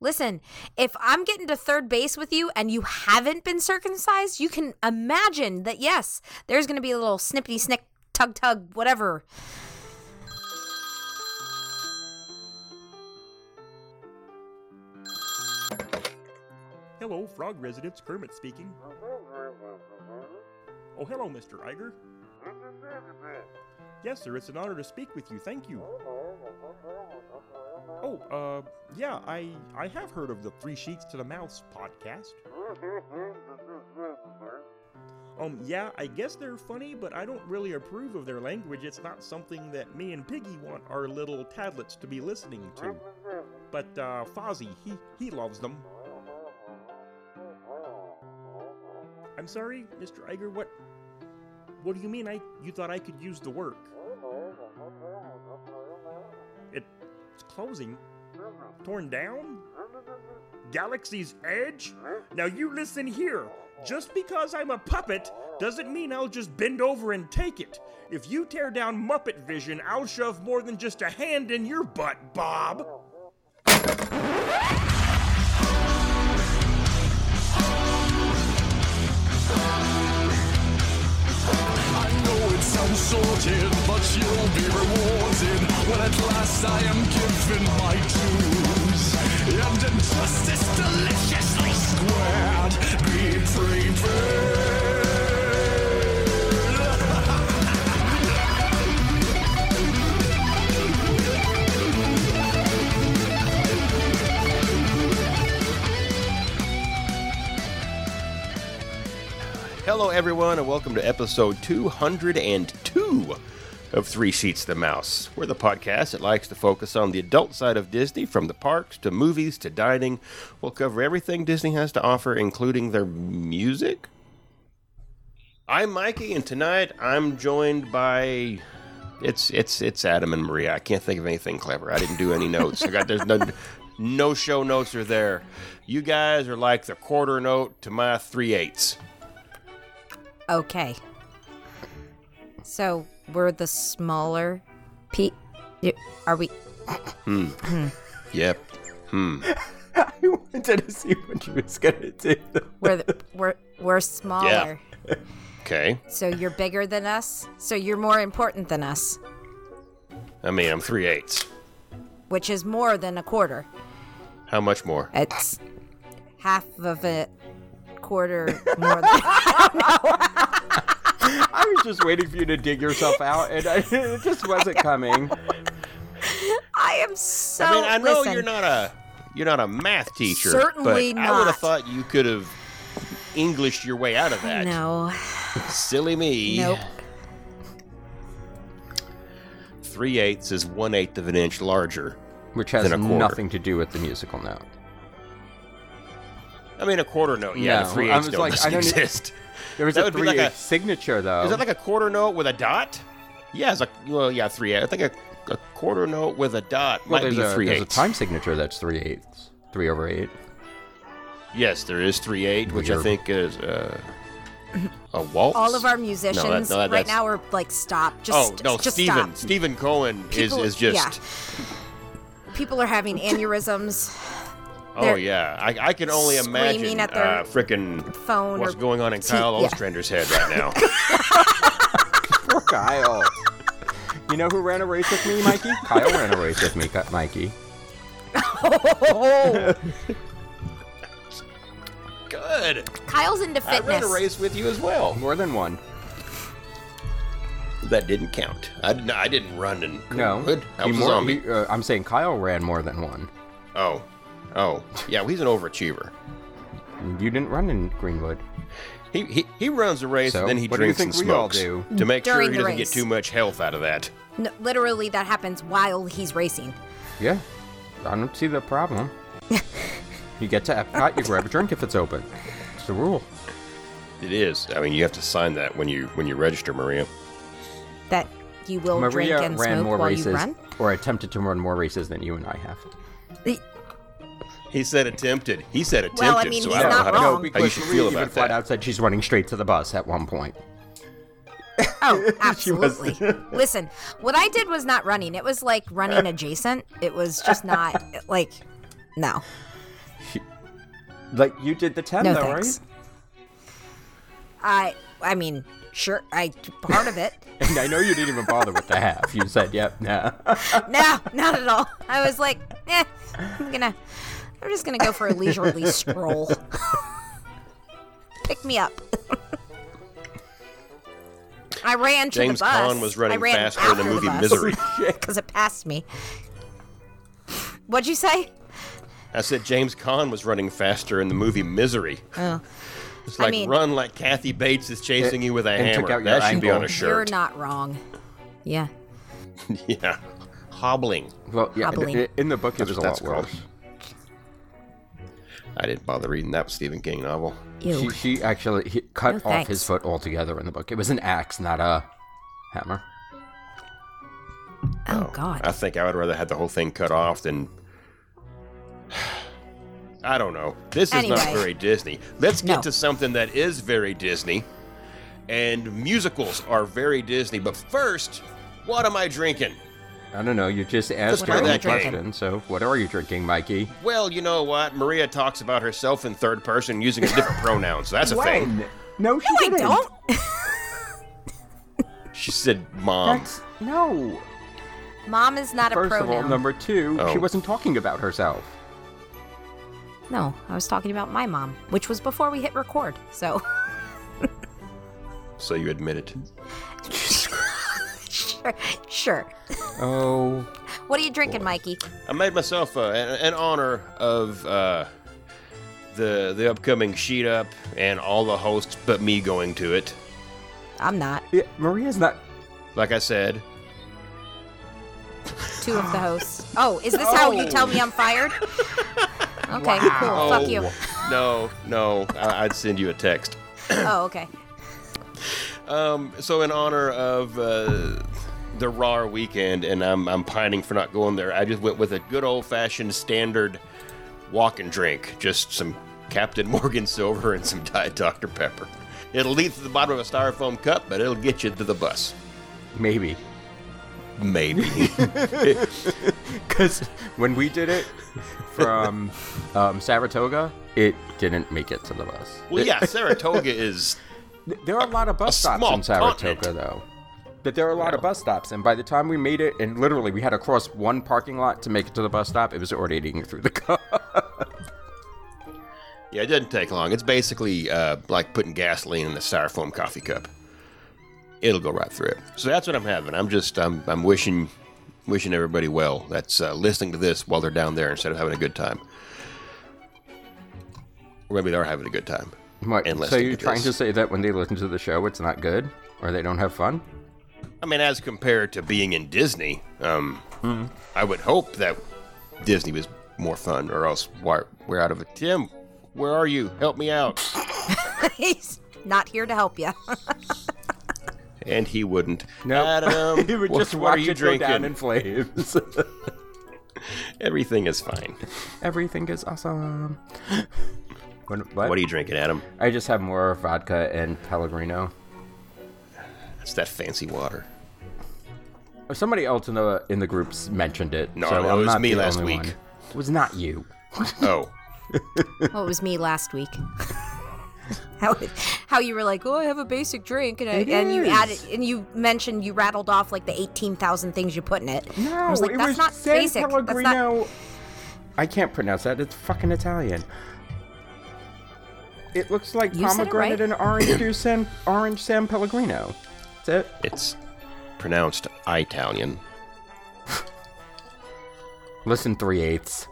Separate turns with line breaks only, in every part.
Listen, if I'm getting to third base with you and you haven't been circumcised, you can imagine that yes, there's going to be a little snippety snick, tug tug, whatever.
Hello, frog residents. Kermit speaking. Oh, hello, Mr. Iger. Yes, sir. It's an honor to speak with you. Thank you. Oh, uh, yeah. I I have heard of the Three Sheets to the Mouse podcast. Um, yeah. I guess they're funny, but I don't really approve of their language. It's not something that me and Piggy want our little tadlets to be listening to. But uh, Fozzie, he he loves them. I'm sorry, Mr. Iger. What? What do you mean? I you thought I could use the work? It, it's closing. Torn down? Galaxy's Edge? Now you listen here. Just because I'm a puppet doesn't mean I'll just bend over and take it. If you tear down Muppet Vision, I'll shove more than just a hand in your butt, Bob.
I know it sounds sorted, but you'll be rewarded when at last I am given my dues. And injustice deliciously squared, be prepared.
Hello, everyone, and welcome to episode 202 of Three Sheets to the Mouse. We're the podcast that likes to focus on the adult side of Disney, from the parks to movies to dining. We'll cover everything Disney has to offer, including their music. I'm Mikey, and tonight I'm joined by it's it's it's Adam and Maria. I can't think of anything clever. I didn't do any notes. I got there's no no show notes are there. You guys are like the quarter note to my three eighths.
Okay. So we're the smaller pe. y- Are we?
Yep. Hmm.
I wanted to see what you was gonna do.
We're the, we're we're smaller.
Okay.
So you're bigger than us. So you're more important than us,
I mean, I'm three eighths.
which is more than a quarter.
How much more?
It's half of a quarter more than.
I was just waiting for you to dig yourself out, and I, it just wasn't coming.
I am so.
I mean, I know
listen,
you're not a you're not a math teacher.
Certainly
but I would
not.
have thought you could have Englished your way out of that.
No.
Silly me.
Nope.
Three eighths is one eighth of an inch larger.
Which has
Then a quarter.
nothing to do with the musical note.
I mean, a quarter note. Yeah,
No,
the three
I
eighths
was
don't
like, I don't e-
exist.
There was
That
a
would be
three
like a-
signature though.
Is that like a quarter note with a dot? Yeah, it's like well, yeah, three. I think a, a quarter note with a dot might
well, there's
be
a,
three
there's a
eighths.
time signature that's three eighths, three over eight.
Yes, there is three eight, which I
Weird.
think is uh, a waltz.
All of our musicians
no, that-
right
that's-
now are like, stop. Just,
Oh no,
just
Stephen
stop.
Stephen Cohen
People-
is is just.
People are having aneurysms.
Oh
They're
yeah, I, I can only
screaming
imagine
at their
uh, frickin'
phone
what's
or
going on in
te-
Kyle
yeah.
Ostrander's head right now.
Poor Kyle. you know who ran a race with me, Mikey? Kyle ran a race with me, Ki- Mikey.
Good.
Kyle's into
I ran
fitness.
a race with you as well.
More than one.
That didn't count. I didn't. I didn't run and
No,
Good. I
he
was a
more-
zombie.
he- uh, I'm saying Kyle ran more than one.
Oh, oh, yeah. Well, he's an overachiever.
You didn't run in Greenwood.
He, he, he runs a race
So,
and then he
what do you
drinks
think
and
we all
smokes
do?
to make
During
sure he
the
doesn't
race.
get too much health out of that.
No, literally, that happens while he's racing.
Yeah, I don't see the problem. you get to Epcot, you grab a drink if it's open. It's the rule.
It is. I mean, you have to sign that when you when you register, Maria.
That you will
Maria
drink and
ran
smoke
more
while you
races,
run.
or attempted to run more races than you and I have.
The-
He said attempted. He said attempted.
Well, I mean,
so
he's
I don't
not
know
wrong.
how, to- how you
because
should
Maria
feel
even
about
flat
that.
out said she's running straight to the bus at one point.
Oh,
She was-
absolutely. Listen, what I did was not running. It was like running adjacent. It was just not like, no.
Like you did the ten
No
though,
thanks. I I mean, sure, I part of it.
right? And I know you didn't even bother with the half. You said, "Yep, nah."
no, not at all. I was like, eh, I'm gonna, I'm just gonna go for a leisurely stroll. Pick me up. I ran to
James
the bus.
Caan was running
I ran
faster in the movie Misery.
because it passed me. What'd you say?
I said James Caan was running faster in the movie Misery. Oh. It's
I
like
mean-
run like Kathy Bates is chasing you with a
and took
hammer.
out your
That should be on a
ankle.
You're
shirt.
not wrong. Yeah.
yeah. Hobbling.
Well, yeah.
Hobbling.
In, in the book, it was a
what
lot
that's called.
worse.
I didn't bother reading that Stephen King novel.
She,
Ew.
she actually he cut
No
off
thanks.
his foot altogether in the book. It was an axe, not a hammer.
Oh God.
I think I would rather have the whole thing cut off than. I don't know. This is not
Anyway.
very Disney. Let's get
No.
to something that is very Disney. And musicals are very Disney. But first, what am I drinking?
I don't know. You just asked
What
your
are you
own
drinking?
question. So, what are you drinking, Mikey?
Well, you know what? Maria talks about herself in third person using a different pronoun, so that's a thing.
No, she
no, I
didn't.
don't.
She said, Mom.
That's no.
Mom is not
First
a
of
pronoun.
all, number two,
Oh.
she wasn't talking about herself.
no, I was talking about my mom, which was before we hit record. So.
So you admit it.
Sure. sure.
Oh,
What are you drinking, Mikey?
I made myself uh, in in honor of uh, the the upcoming sheet up and all the hosts but me going to it.
I'm not.
yeah, Maria's not.
Like I said,
Two of the hosts. Oh, is this how you tell me I'm fired? Okay, cool. Fuck you.
no, no, I- I'd send you a text.
Oh, okay.
Um, so in honor of uh, the RAR weekend, and I'm I'm pining for not going there. I just went with a good old fashioned standard walk and drink, just some Captain Morgan Silver and some Diet Dr Pepper. It'll lead to the bottom of a styrofoam cup, but it'll get you to the bus.
Maybe.
Maybe.
Because when we did it from um, Saratoga, it didn't make it to the bus.
well, yeah, Saratoga is.
Th- There are a lot of bus
a
stops
small
in Saratoga,
continent.
though. But there are a lot of bus stops, and by the time we made it, and literally we had to cross one parking lot to make it to the bus stop, it was already eating through the cup.
Yeah, it doesn't take long. It's basically uh, like putting gasoline in a styrofoam coffee cup. It'll go right through it. So that's what I'm having. I'm just I'm I'm wishing wishing everybody well. That's uh, listening to this while they're down there instead of having a good time. Or maybe they're having a good time.
What,
And
so
listening
you're
to
trying to
this.
say that when they listen to the show, it's not good, or they don't have fun?
I mean, as compared to being in Disney, um, I would hope that Disney was more fun, or else why, we're out of it. Tim, where are you? Help me out.
He's not here to help you.
And he wouldn't.
Nope.
Adam,
He would
what,
just
what are
watch
you
it
drinking?
go down in flames.
Everything is fine.
Everything is awesome. What,
What are you drinking, Adam?
I just have more vodka and Pellegrino.
It's that fancy water.
Somebody else in the in the groups mentioned it.
No,
so
it
I'm
was
not
me
the
last
only
week.
one. It was not you.
Oh,
Well, it was me last week. How, how you were like, oh, I have a basic drink, and, I,
It
and you
is.
added, and you mentioned you rattled off like the eighteen thousand things you put in it.
No,
I was like,
it
that's
was
not
San
basic. That's
Pellegrino.
not.
I can't pronounce that. It's fucking Italian. It looks like
You said it right.
pomegranate and orange juice San orange San Pellegrino. That's it.
it's pronounced Italian.
Listen, three eighths.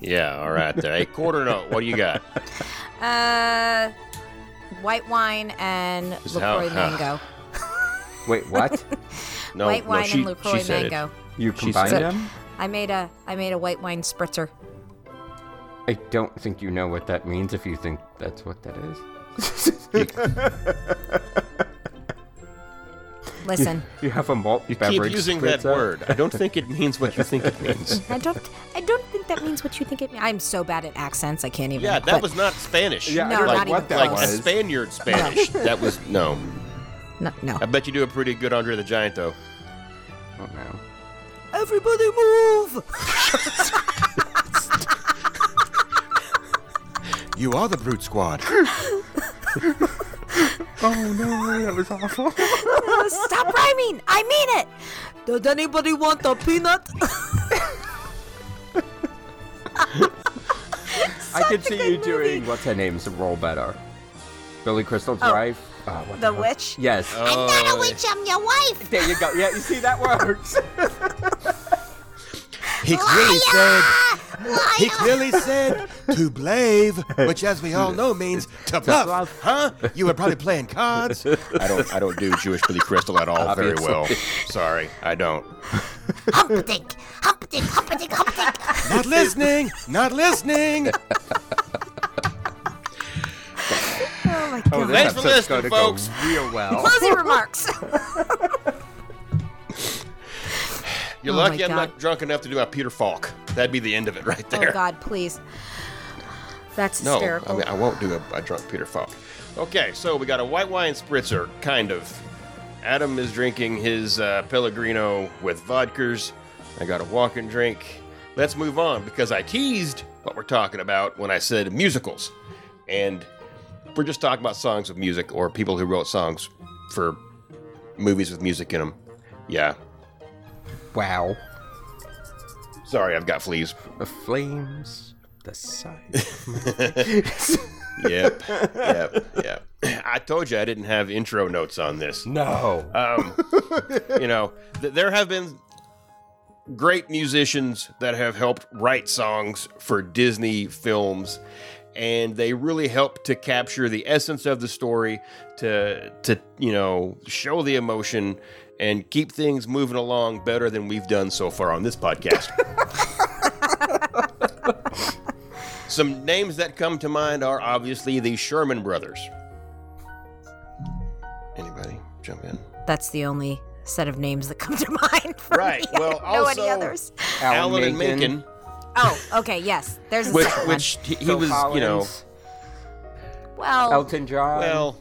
Yeah, all right. There. Hey, quarter note. What do you got?
Uh, white wine and
So how-
Lacroix mango.
Wait, what?
No,
white
no,
wine
she,
and Lacroix
she said it.
mango.
you
She
combined
said-
them?
I made a I made a white wine spritzer.
I don't think you know what that means. If you think that's what that is,
Listen,
you have a malt
You
beverage.
keep using that
spritzer.
word. I don't think it means what you think it means.
I don't I don't think that means what you think it means. I'm so bad at accents, I can't even.
Yeah, that
but-
was not Spanish.
Yeah, I
No,
don't know
not
what
even
that
like a
close.
was.
Spaniard Spanish. that was no.
no. no.
I bet you do a pretty good Andre the Giant though.
I don't know.
Everybody move!
You are the Brute Squad.
Oh no, that was awful.
Stop rhyming! I mean it! Does anybody want a peanut?
I could
Such a
see you
good movie. Oh.
doing what's her name's role better. Billy Crystal's wife. Uh, what
The
fuck?
witch?
Yes.
I'm not a witch.
I'm your wife!
There you go. Yeah, you see that works.
He's really said. He clearly said to blave, which, as we all know, means to bluff.
bluff.
Huh? You were probably playing cards. I don't. I don't do Jewish Billy Crystal at all very well. Sorry, I don't.
Oh Humperdink! Humperdink! Humperdink! Humperdink!
Not listening. Not listening.
Oh my god.
Thanks for
episode's
listening,
gonna go
folks.
Real well.
Closing remarks.
You're
Oh my
lucky I'm
God.
not drunk enough to do a Peter Falk. That'd be the end of it right there.
Oh god, please. That's
No,
hysterical.
I mean I won't do a, a drunk Peter Falk. Okay, so we got a white wine spritzer, kind of. Adam is drinking his uh, Pellegrino with vodkas. I got a walking drink. Let's move on because I teased what we're talking about when I said musicals, and we're just talking about songs with music or people who wrote songs for movies with music in them. Yeah.
Wow.
Sorry, I've got fleas.
The flames. The size.
Yep. yep. Yep. I told you I didn't have intro notes on this.
No.
Um, you know, th- there have been great musicians that have helped write songs for Disney films, and they really help to capture the essence of the story, to to you know show the emotion and keep things moving along better than we've done so far on this podcast. Some names that come to mind are obviously the Sherman Brothers. Anybody jump in?
That's the only set of names that come to mind for
Right,
me.
well,
I don't know any
also-
others.
Alan, and Menken,
Oh, okay, yes. There's a
which
second
which he, he
Phil
was, you know,
Collins,
one. Well,
Elton John.
well,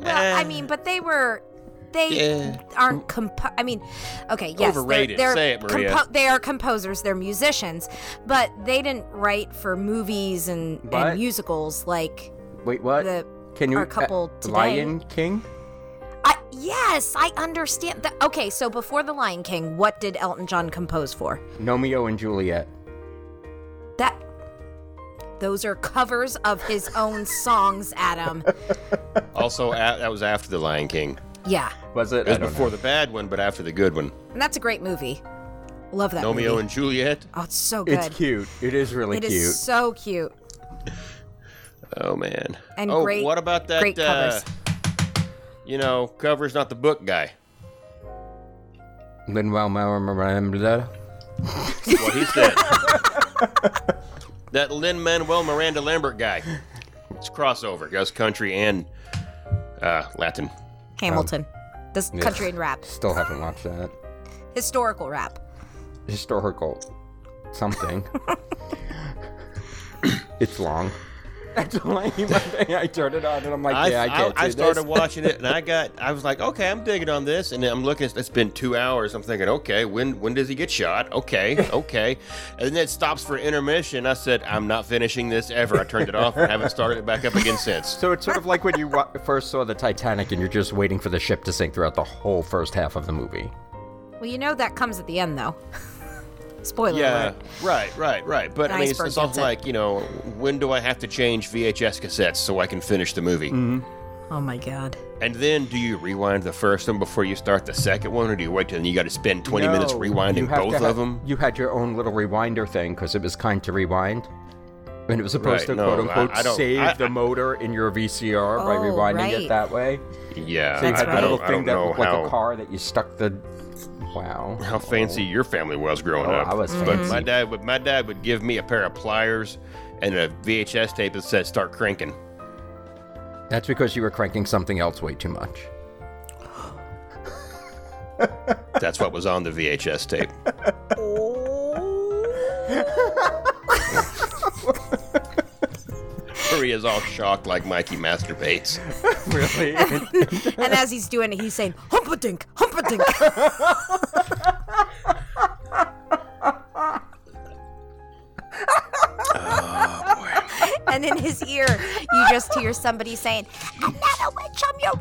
well,
eh,
I mean, but they were they
yeah.
aren't compo- I mean, okay, yes, they're-
Overrated.
They're,
Say it, Maria.
they are composers, they're musicians, but they didn't write for movies and,
But-
and musicals like
Wait, what?
the
Can you
our couple
uh,
today.
Lion King?
I, yes, I understand. The, okay, so before The Lion King, what did Elton John compose for?
Romeo and Juliet.
That those are covers of his own songs, Adam.
also a that was after the Lion King.
Yeah,
Was it?
It was
I don't
before the bad one, but after the good one,
and that's a great movie. Love that
Romeo
movie.
and Juliet.
oh, it's so
know.
good.
It's cute. It is really
It
cute.
is so cute.
Oh man!
And
oh,
great-
what about that?
great covers.
Uh, you know, covers not the book guy.
Lin-Manuel Miranda.
What he said. that Lin Manuel Miranda Lambert guy. It's crossover. Goes country and uh, Latin.
Hamilton,
Um,
this country and rap,
Still haven't watched that.
historical rap.
historical something. it's long. That's the only thing. I turned it on and I'm like,
I,
yeah, I
I,
can't
I
do
started
this.
watching it and I got I was like, okay, I'm digging on this, and then I'm looking. It's been two hours. I'm thinking, okay, when when does he get shot? Okay, okay, and then it stops for intermission. I said, I'm not finishing this ever. I turned it off and haven't started it back up again since.
So it's sort of like when you wa- first saw the Titanic and you're just waiting for the ship to sink throughout the whole first half of the movie.
Well, you know that comes at the end, though.
uh,
Spoiler
Yeah,
alert.
right, right, right. But I mean, it's,
Iceberg
it's also
gets it.
like you know, when do I have to change VHS cassettes so I can finish the movie?
Mm-hmm.
Oh my god.
And then, do you rewind the first one before you start the second one, or do you wait till you got to spend 20 minutes
No,
rewinding
you have
both
to
of
have-
them?
You had your own little rewinder thing because it was kind to rewind. And it was supposed
Right,
to
no,
quote unquote
I- I don't-
save
I- I-
the motor in your VCR by
Oh,
rewinding
right.
it that way.
Yeah,
So you
That's
had
right.
that little thing that
know
looked like a car that you stuck the. Wow.
how fancy your family was growing
Oh,
up.
I was
But
fancy.
my dad would my dad would give me a pair of pliers and a VHS tape that said "Start cranking."
That's because you were cranking something else way too much.
That's what was on the VHS tape. Maria's all shocked, like Mikey masturbates.
Really?
And as he's doing it, he's saying, Humpadink, Humpadink.
Oh,
and in his ear, you just hear somebody saying, "I'm not a witch, I'm your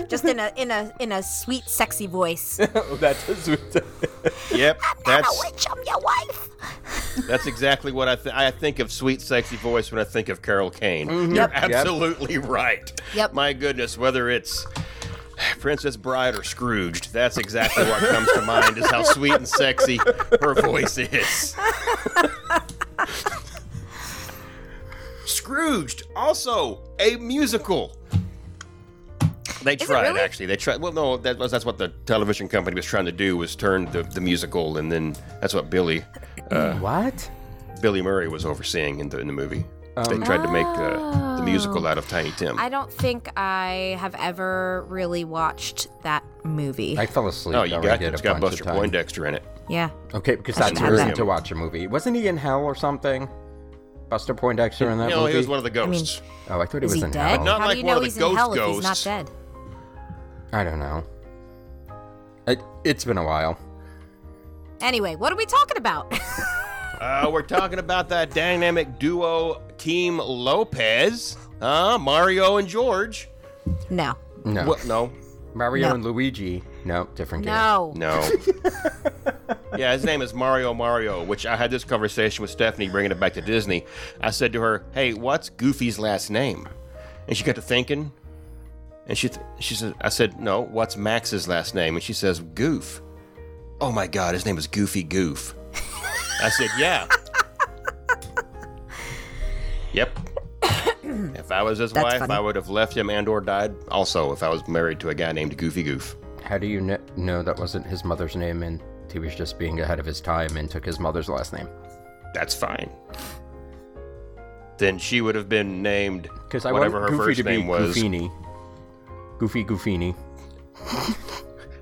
wife," just in a in a in a sweet, sexy voice.
oh, that's
Yep,
I'm
that's
a witch, I'm your wife.
that's exactly what I th- I think of. Sweet, sexy voice when I think of Carol Kane. You're absolutely right.
Mm-hmm. Yep.
My goodness, whether it's Princess Bride or Scrooged, that's exactly what comes to mind is how sweet and sexy her voice is. Scrooged, also a musical. They
it
tried
really?
actually. They tried. Well, no, that was that's what the television company was trying to do was turn the, the musical, and then that's what Billy
what?
Billy Murray was overseeing in the in the movie. they tried to make uh, the musical out of Tiny Tim.
I don't think I have ever really watched that movie.
I fell asleep.
oh, you
though. I
got
did
it's
a
got
bunch
Buster
of times.
Poindexter in it.
yeah.
Okay, because
I
that's
should have
early
that.
to watch a movie. Wasn't he in hell or something? Buster Poindexter in that
no,
movie.
he was one of the ghosts.
oh, I thought he
Is
was
he
in
dead?
hell.
Not
How
like
do you
one
know
of the
he's in hell if he's not
ghosts.
dead?
I don't know. It, it's been a while.
Anyway, what are we talking about?
uh, we're talking about that dynamic duo Team Lopez, huh? Mario and George.
no.
No,
What? No,
Mario
No.
and Luigi. No, different game.
No.
no. yeah, his name is Mario Mario. Which I had this conversation with Stephanie, bringing it back to Disney. I said to her, "Hey, what's Goofy's last name?" And she got to thinking, and she th- she said, "I said no. What's Max's last name?" And she says, "Goof." Oh my God, his name is Goofy Goof. I said, "Yeah." yep. If I was his
That's
wife,
funny.
I would have left him and/or died. Also, if I was married to a guy named Goofy Goof.
How do you kn- know that wasn't his mother's name and he was just being ahead of his time and took his mother's last name?
that's fine. Then she would have been named
Because I
whatever
want
her
Goofy
first
to be
name was.
Goofini. Goofy Goofini.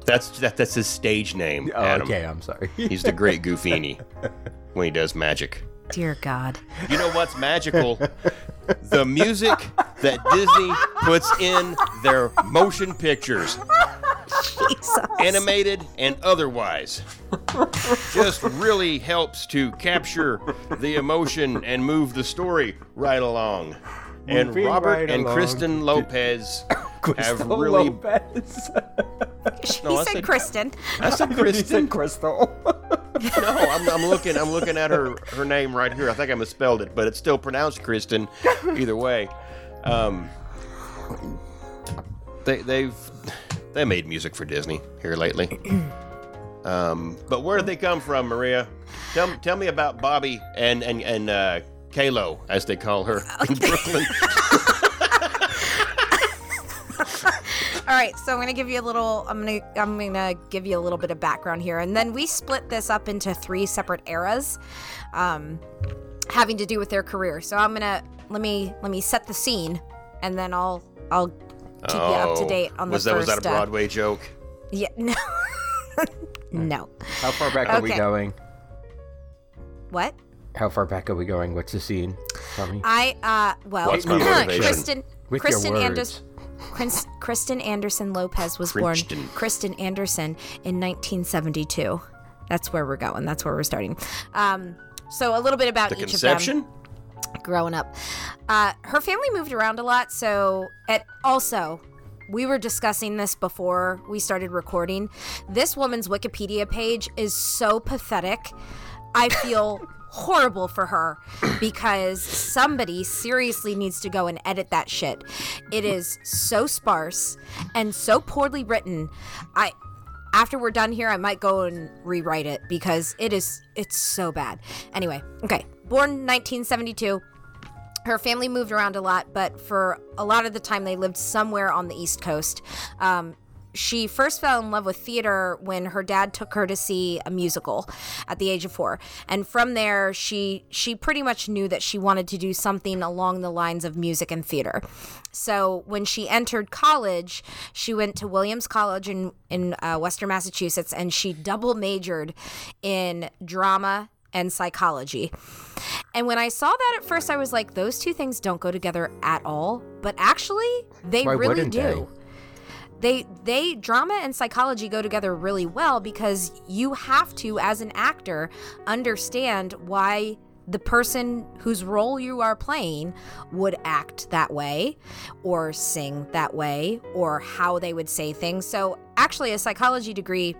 That's that, that's his stage name.
Oh,
Adam.
okay, I'm sorry.
He's the great Goofini when he does magic.
Dear God.
You know what's magical? the music that Disney puts in their motion pictures,
Jesus.
animated and otherwise, just really helps to capture the emotion and move the story right along. And
Moving
Robert
right
and
along.
Kristen Lopez have
Crystal
really
Lopez.
She
No, I
said
said-
Kristen.
I said
He
Kristen.
said Crystal.
No, Oh, I'm, I'm looking. I'm looking at her her name right here. I think I misspelled it, but it's still pronounced Kristen. Either way, um, they they've they made music for Disney here lately. Um, but where did they come from, Maria? Tell m- tell me about Bobby and and and uh, Kalo, as they call her in Brooklyn.
All right, so I'm gonna give you a little. I'm gonna I'm gonna give you a little bit of background here, and then we split this up into three separate eras, um, having to do with their career. So I'm gonna let me let me set the scene, and then I'll I'll keep you up to
Oh,
date on
was
the
that
first.
was that a
uh,
Broadway joke?
yeah, no, no.
How far back are we
Okay.
going?
What?
How far back are we going? What's the scene? Tell me.
I uh well,
What's my motivation?
Kristen
With
Kristen
your words.
Anderson Chris, Kristen Anderson Lopez was
Kristen.
born Kristen Anderson in 1972. That's where we're going. That's where we're starting. Um so a little bit about
The
each
conception.
of them growing up. Uh her family moved around a lot, so at also we were discussing this before we started recording. This woman's Wikipedia page is so pathetic. I feel horrible for her because somebody seriously needs to go and edit that shit. It is so sparse and so poorly written. I after we're done here, I might go and rewrite it because it is it's so bad. Anyway, okay. Born 1972. Her family moved around a lot, but for a lot of the time they lived somewhere on the East Coast. Um, she first fell in love with theater when her dad took her to see a musical at the age of four, and from there she she pretty much knew that she wanted to do something along the lines of music and theater. So when she entered college, she went to Williams College in in uh, Western Massachusetts, and she double majored in drama and psychology. And when I saw that at first, I was like, those two things don't go together at all. But actually, they
Why
really
wouldn't
do. They? they drama and psychology go together really well because you have to, as an actor, understand why the person whose role you are playing would act that way or sing that way or how they would say things. So, actually, a psychology degree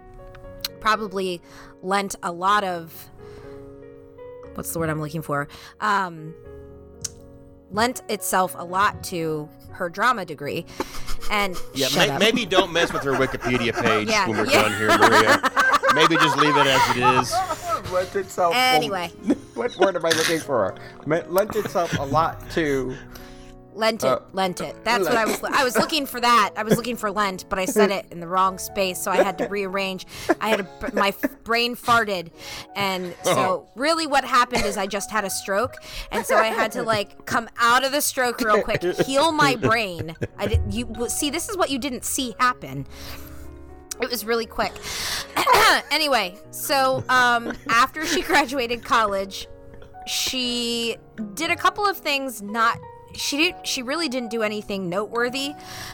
probably lent a lot of what's the word I'm looking for? Um, lent itself a lot to her drama degree. And
Yeah,
shut
ma-
up.
maybe don't mess with her Wikipedia page
Yeah,
when we're
yeah.
done here, Maria. maybe just leave it as it is.
Lent itself.
Anyway.
what word am I looking for? Me- Lent itself a lot to.
Lent it, lent it. That's what I was. I was looking for that. I was looking for lent, but I said it in the wrong space, so I had to rearrange. I had a, my f- brain farted, and so really, what happened is I just had a stroke, and so I had to like come out of the stroke real quick, heal my brain. I did, you well, see, this is what you didn't see happen. It was really quick. anyway, so um, after she graduated college, she did a couple of things not she didn't she really didn't do anything noteworthy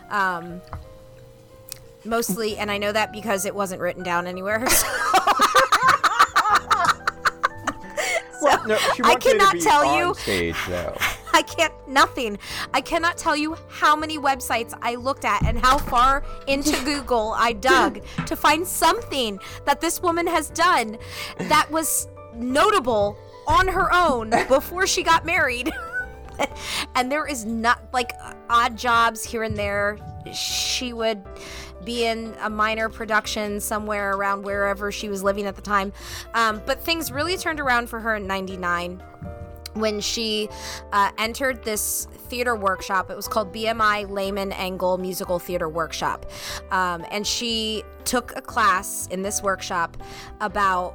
um mostly and i know that because it wasn't written down anywhere so
Well, no, she
I
wants you to
cannot
be
tell
on
you.
Stage though.
i can't nothing i cannot tell you how many websites i looked at and how far into google i dug to find something that this woman has done that was notable on her own before she got married and there is not like odd jobs here and there. She would be in a minor production somewhere around wherever she was living at the time. Um, but things really turned around for her in 99 when she uh, entered this theater workshop. It was called BMI Lehman Engel Musical Theater Workshop. Um, and she took a class in this workshop about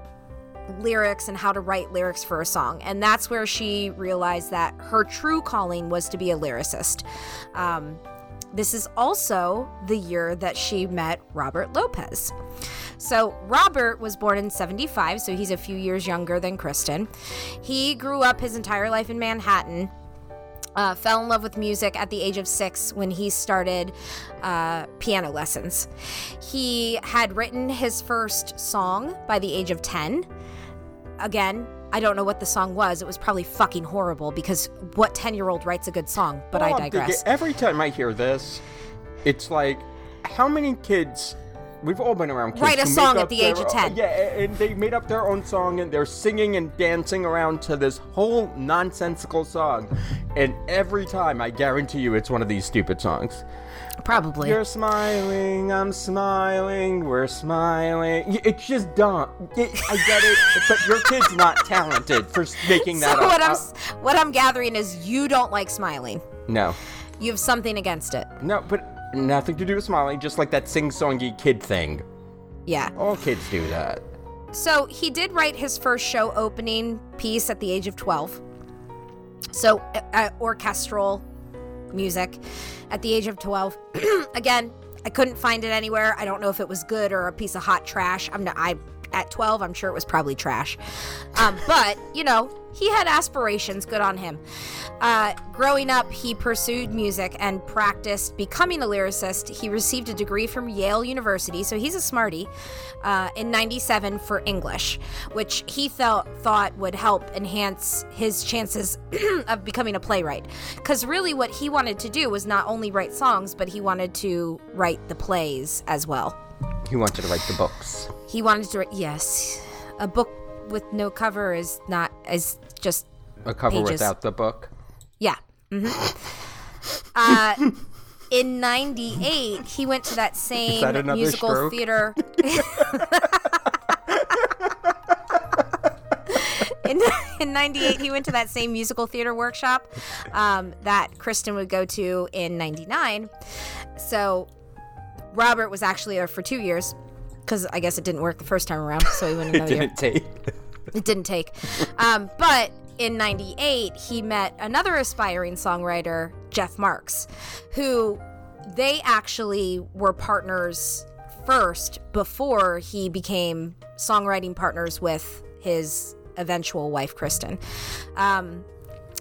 lyrics and how to write lyrics for a song. And that's where she realized that her true calling was to be a lyricist. Um, this is also the year that she met Robert Lopez. So, Robert was born in 75, so he's a few years younger than Kristen. He grew up his entire life in Manhattan. Uh, fell in love with music at the age of six when he started uh, piano lessons. He had written his first song by the age of 10 again, I don't know what the song was. It was probably fucking horrible because what 10 year old writes a good song? But
All
I
I'm thinking-
digress.
every time I hear this, it's like, how many kids? We've all been around kids.
Write a
who make
song at
up
the
their
age of
own-
10.
Yeah, a- and they made up their own song and they're singing and dancing around to this whole nonsensical song. And every time, I guarantee you, it's one of these stupid songs.
Probably.
You're smiling, I'm smiling, we're smiling. Y- It's just dumb. Y- I get it, but your kid's not talented for s- making
So
that up.
what I'm
Uh,
s- what I'm gathering is you don't like smiling.
no,
You have something against it.
no, but nothing to do with smiling. Just like that sing-songy kid thing.
Yeah.
All kids do that.
So he did write his first show opening piece at the age of 12. So uh, uh, orchestral music at the age of 12. Again, I couldn't find it anywhere. I don't know if it was good or a piece of hot trash. I'm not, I at 12, I'm sure it was probably trash. Um, but, you know, he had aspirations. Good on him. Uh, growing up, he pursued music and practiced becoming a lyricist. He received a degree from Yale University, so he's a smarty, uh, in 97 for English, which he felt thought would help enhance his chances of becoming a playwright. Because really, what he wanted to do was not only write songs, but he wanted to write the plays as well.
He wants you to write the books.
He wanted to, write, yes, a book with no cover is not, is just
A cover
Pages.
without the book.
Yeah. hmm uh, in '98, he went to that same
that another
musical
stroke?
theater. In, in 98 he went to that same musical theater workshop um, that kristen would go to in 99 so robert was actually there for two years because i guess it didn't work the first time around so he went another year
Didn't take.
it didn't take. Um, but in 98, he met another aspiring songwriter, Jeff Marks, who they actually were partners first before he became songwriting partners with his eventual wife, Kristen. Um,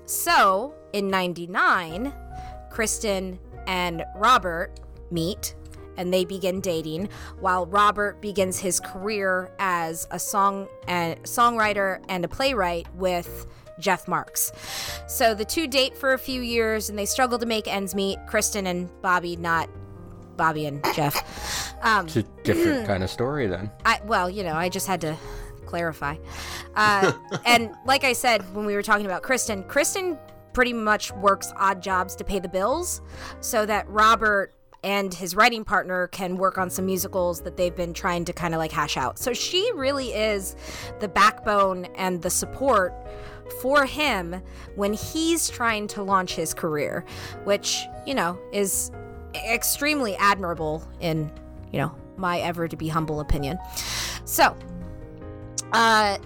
so in 99, Kristen and Robert meet and they begin dating while Robert begins his career as a song and songwriter and a playwright with Jeff Marks. So the two date for a few years and they struggle to make ends meet. Kristen and Bobby, not Bobby and Jeff. Um,
It's a different kind of story then.
I well, you know, I just had to clarify. Uh, and like I said when we were talking about Kristen, Kristen pretty much works odd jobs to pay the bills, so that Robert and his writing partner can work on some musicals that they've been trying to kind of like hash out. So she really is the backbone and the support for him when he's trying to launch his career, which, you know, is extremely admirable in, you know, my ever to be humble opinion. So, uh,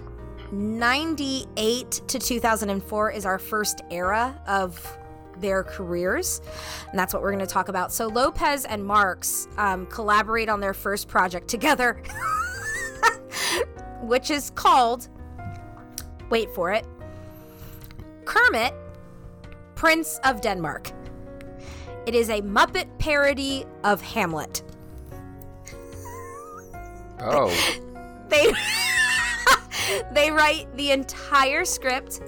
98 to 2004 is our first era of their careers, and that's what we're going to talk about. So, Lopez and Marx um, collaborate on their first project together, which is called, wait for it, Kermit, Prince of Denmark. It is a Muppet parody of Hamlet.
Oh,
they they write the entire script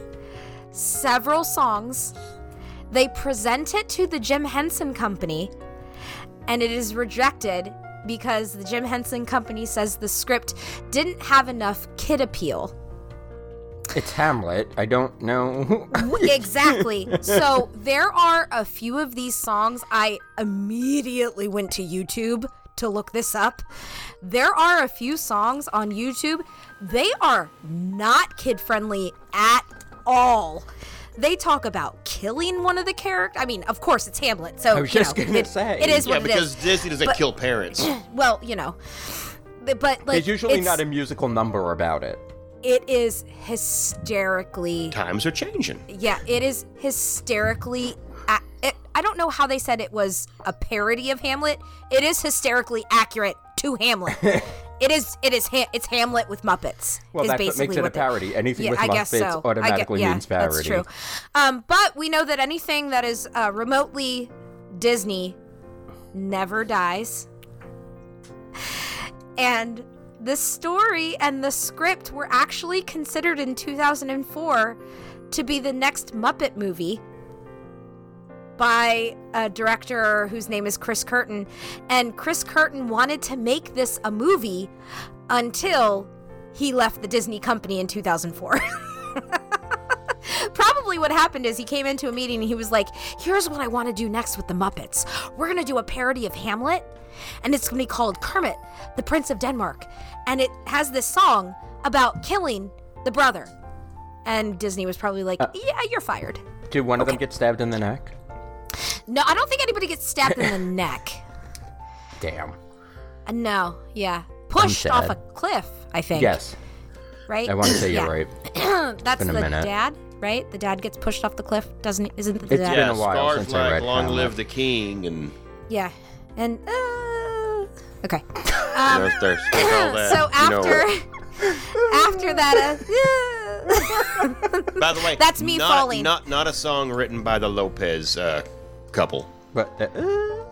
several songs they present it to the jim henson company and it is rejected because the jim henson company says the script didn't have enough kid appeal
it's Hamlet. I don't know.
exactly. So there are a few of these songs. I immediately went to YouTube to look this up. There are a few songs on YouTube. They are not kid friendly at all. They talk about killing one of the characters. I mean, of course, it's Hamlet. So
I was
you
just
know,
gonna
it-
say.
it is
Yeah,
what it
because
is.
Disney doesn't
But-
kill parents.
Well, you know, but like
There's usually
it's-
not a musical number about it.
it is hysterically
Times are changing.
yeah, it is hysterically. A- it, I don't know how they said it was a parody of Hamlet. It is hysterically accurate to Hamlet. it is. It is. Ha- it's Hamlet with Muppets.
Well,
is
that's what
basically
makes it a
they-
parody. Anything with
I guess
Muppets
so. I gue-
automatically
yeah,
means
That's
parody.
true. Um, but we know that anything that is uh, remotely Disney never dies. And the story and the script were actually considered in 2004 to be the next Muppet movie by a director whose name is Chris Curtin. And Chris Curtin wanted to make this a movie until he left the Disney company in 2004. Probably what happened is he came into a meeting and he was like, Here's what I want to do next with the Muppets. We're going to do a parody of Hamlet, and it's going to be called Kermit, the Prince of Denmark. And it has this song about killing the brother. And Disney was probably like,
Uh.
Yeah, you're fired.
Do one of them get stabbed in the neck?
No, I don't think anybody gets stabbed in the neck.
Damn.
Uh, No, yeah. Pushed
sad.
off a cliff, I think.
Yes,
Right?
I want to say
Yeah.
you're right.
That's
been
the
a minute.
dad, right? The dad gets pushed off the cliff, doesn't isn't the
It's
dad?
been a while
scars
since I
like
read
"Long
Hamlet."
Live the King" and
Yeah. And uh Okay.
there's, there's there's all that.
Um, so
you know.
after after that uh,
by the way,
That's me
not,
falling.
Not not a song written by the Lopez uh, couple.
But uh, the,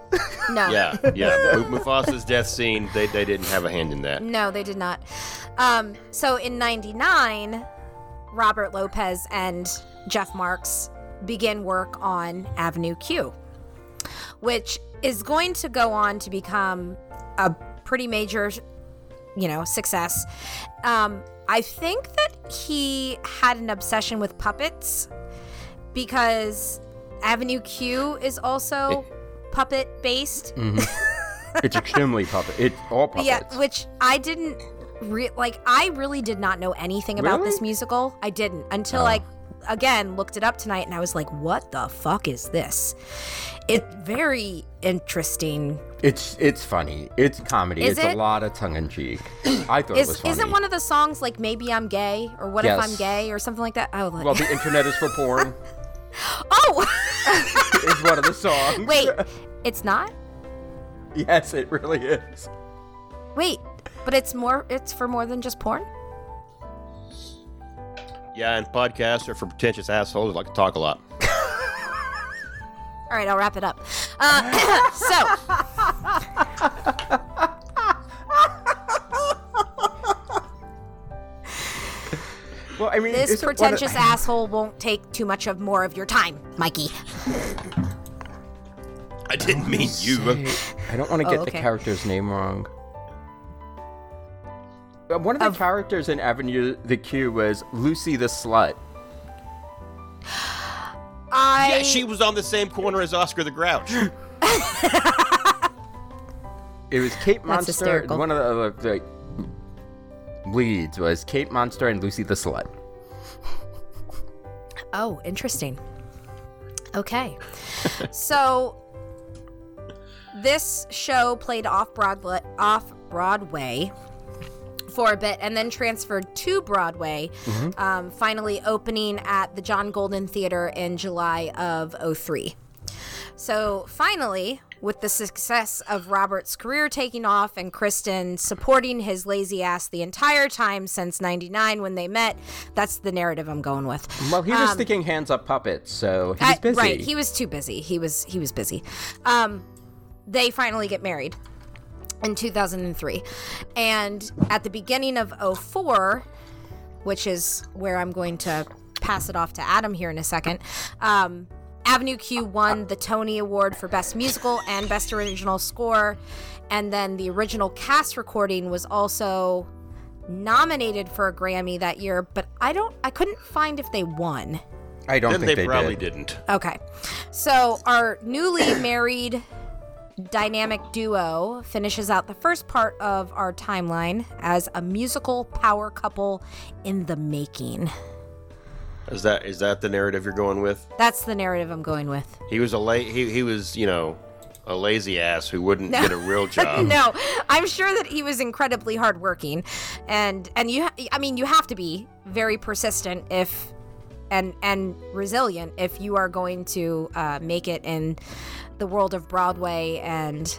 No.
Yeah, yeah. Mu- Mufasa's death scene. They they didn't have a hand in that.
No, they did not. Um, so in 99, Robert Lopez and Jeff Marks begin work on Avenue Q, which is going to go on to become a pretty major, you know, success. Um, I think that he had an obsession with puppets because Avenue Q is also puppet based.
it's extremely puppet. It's all puppets.
Yeah, which I didn't re- like. I really did not know anything about
Really? Oh.
this musical. I didn't until I again looked it up tonight, and I was like, "What the fuck is this?" It's very interesting.
It's it's funny. It's comedy.
Is
it's
it?
a lot of tongue in cheek. I thought it was
Is
funny.
isn't one of the songs like "Maybe I'm Gay" or "What if I'm
Yes.
Gay" or something like that? Oh, like,
well, the internet is for porn.
oh,
is one of the songs.
wait, it's not.
Yes, it really is.
Wait, but it's more. It's for more than just porn.
Yeah, and podcasts are for pretentious assholes who like to talk a lot.
All right, I'll wrap it up. Uh, so,
Well, I mean,
This
isn't one of-
pretentious asshole won't take too much of more of your time, Mikey.
I didn't mean you.
I don't want to
Oh,
get
okay.
the character's name wrong. But One of the characters in Avenue the Q was Lucy the slut.
I
Yeah, she was on the same corner as Oscar the Grouch.
It was Kate Monster.
hysterical.
One of the other the leads was Kate Monster and Lucy the slut.
Oh, interesting. Okay. so this show played off Broadway, off Broadway for a bit and then transferred to Broadway, um, finally opening at the John Golden Theater in July of 03. So finally, with the success of Robert's career taking off and Kristen supporting his lazy ass the entire time since 99 when they met, that's the narrative I'm going with.
Well, he was sticking hands up puppets, so he's
Um, I-
busy.
Right, he was too busy. He was he was busy. Um, they finally get married in 2003, and at the beginning of 04, which is where I'm going to pass it off to Adam here in a second. Um, Avenue Q won the Tony Award for Best Musical and Best Original Score, and then the original cast recording was also nominated for a Grammy that year. But I don't, I couldn't find if they won.
I don't
Then
think
they,
they,
probably
did.
did. not
Okay. So our newly married dynamic duo finishes out the first part of our timeline as a musical power couple in the making.
Is that is that the narrative you're going with?
That's the narrative I'm going with.
He was a la- he he was you know a lazy ass who wouldn't get a real job.
no, I'm sure that he was incredibly hardworking, and and you, ha- I mean, you have to be very persistent if, and and resilient if you are going to uh, make it in the world of Broadway and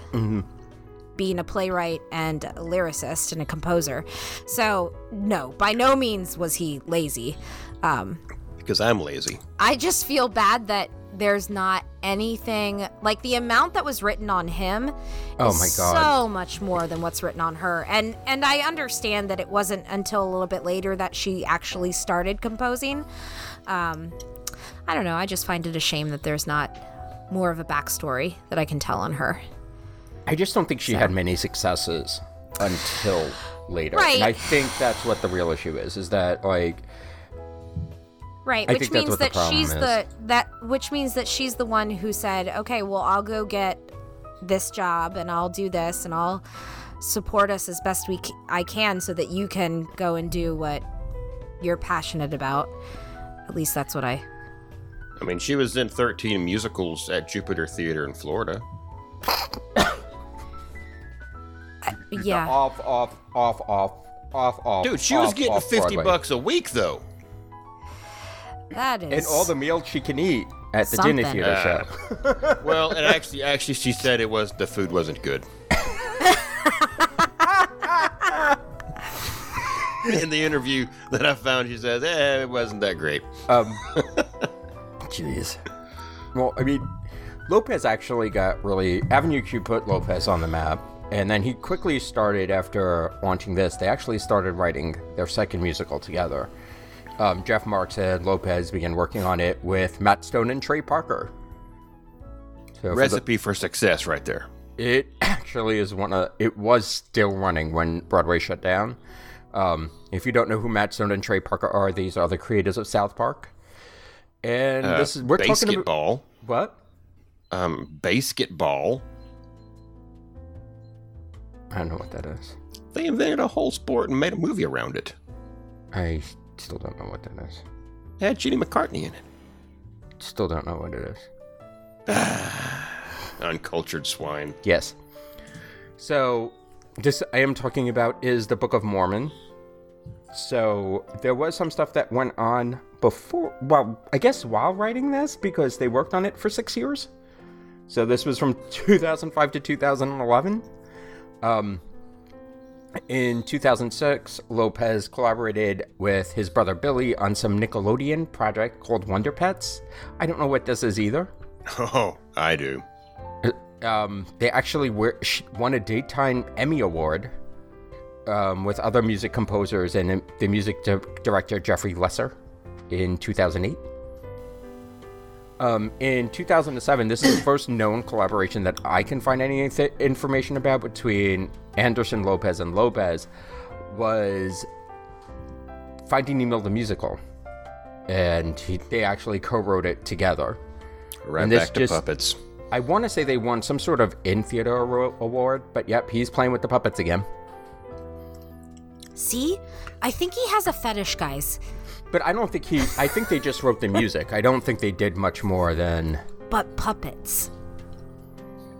being a playwright and a lyricist and a composer. So no, by no means was he lazy. Um,
because I'm lazy.
I just feel bad that there's not anything like the amount that was written on him.
Oh
is
my God.
So much more than what's written on her, and and I understand that it wasn't until a little bit later that she actually started composing. Um, I don't know. I just find it a shame that there's not more of a backstory that I can tell on her.
I just don't think she had many successes until later.
Right.
And I think that's what the real issue is, is that like
Right,
I
which
think that's
means
what the
that she's
problem
the that which means that she's the one who said, "Okay, well, I'll go get this job and I'll do this and I'll support us as best we c- I can so that you can go and do what you're passionate about." At least that's what I
I mean, she was in 13 musicals at Jupiter Theater in Florida.
Yeah.
off, off, off, off, off, off.
Dude, she was
off,
getting
off
50
Broadway.
bucks a week though.
That is
and all the meals she can eat at the dinner
Something.
theater
Uh,
show.
Well, and actually actually she said it was the food wasn't good. in the interview that I found, she says, "Eh, it wasn't that
Uh,
great."
Jeez. Well, I mean, Lopez actually got really Avenue Q put Lopez on the map, and then he quickly started after launching this. They actually started writing their second musical together. Um, Jeff Marks and Lopez began working on it with Matt Stone and Trey Parker. So for the-
Recipe for success, right there.
it actually is one of. It was still running when Broadway shut down. Um, if you don't know who Matt Stone and Trey Parker are, these are the creators of South Park. And
Uh,
this is we're talking about
basketball.
what?
um, basketball.
I don't know what that is.
They invented a whole sport and made a movie around it.
I still don't know what that is.
It had Jenny McCartney in it.
Still don't know what it is.
Uncultured swine.
Yes. So, this I am talking about is the Book of Mormon. So, there was some stuff that went on before, well, I guess while writing this, because they worked on it for six years. So, this was from 2005 to 2011. Um, in 2006, Lopez collaborated with his brother Billy on some Nickelodeon project called Wonder Pets. I don't know what this is either.
Oh, I do.
um, they actually were, she won a daytime Emmy award um, with other music composers and um, the music di- director Jeffrey Lesser in 2008. Um, in 2007, this is the first known collaboration that I can find any th- information about between Anderson Lopez and Lopez was Finding Nemo the musical, and he, they actually co-wrote it together.
Right
And this
back to
just-
puppets.
I want to say they won some sort of in theater aro- award, but yep, he's playing with the puppets again.
See? I think he has a fetish, guys.
But I don't think he. I think they just wrote the music. I don't think they did much more than.
But puppets.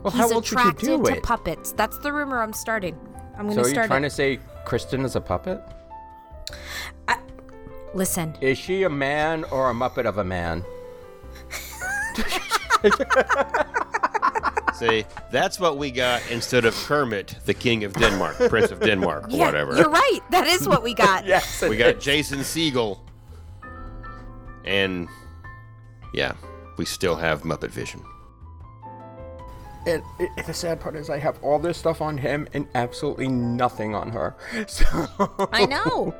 Well,
He's
how else would you
attracted
do
to
it?
puppets. That's the rumor I'm starting. I'm
so
gonna
are you
start
trying
it.
to say Kristen is a puppet?
Listen.
Is she a man or a muppet of a man?
See, that's what we got instead of Kermit, the King of Denmark, Prince of Denmark, or
Yeah,
whatever.
You're right. That is what we got.
Yes.
We got Jason Siegel. And yeah, we still have Muppet Vision.
And it, the sad part is, I have all this stuff on him and absolutely nothing on her. So.
I know.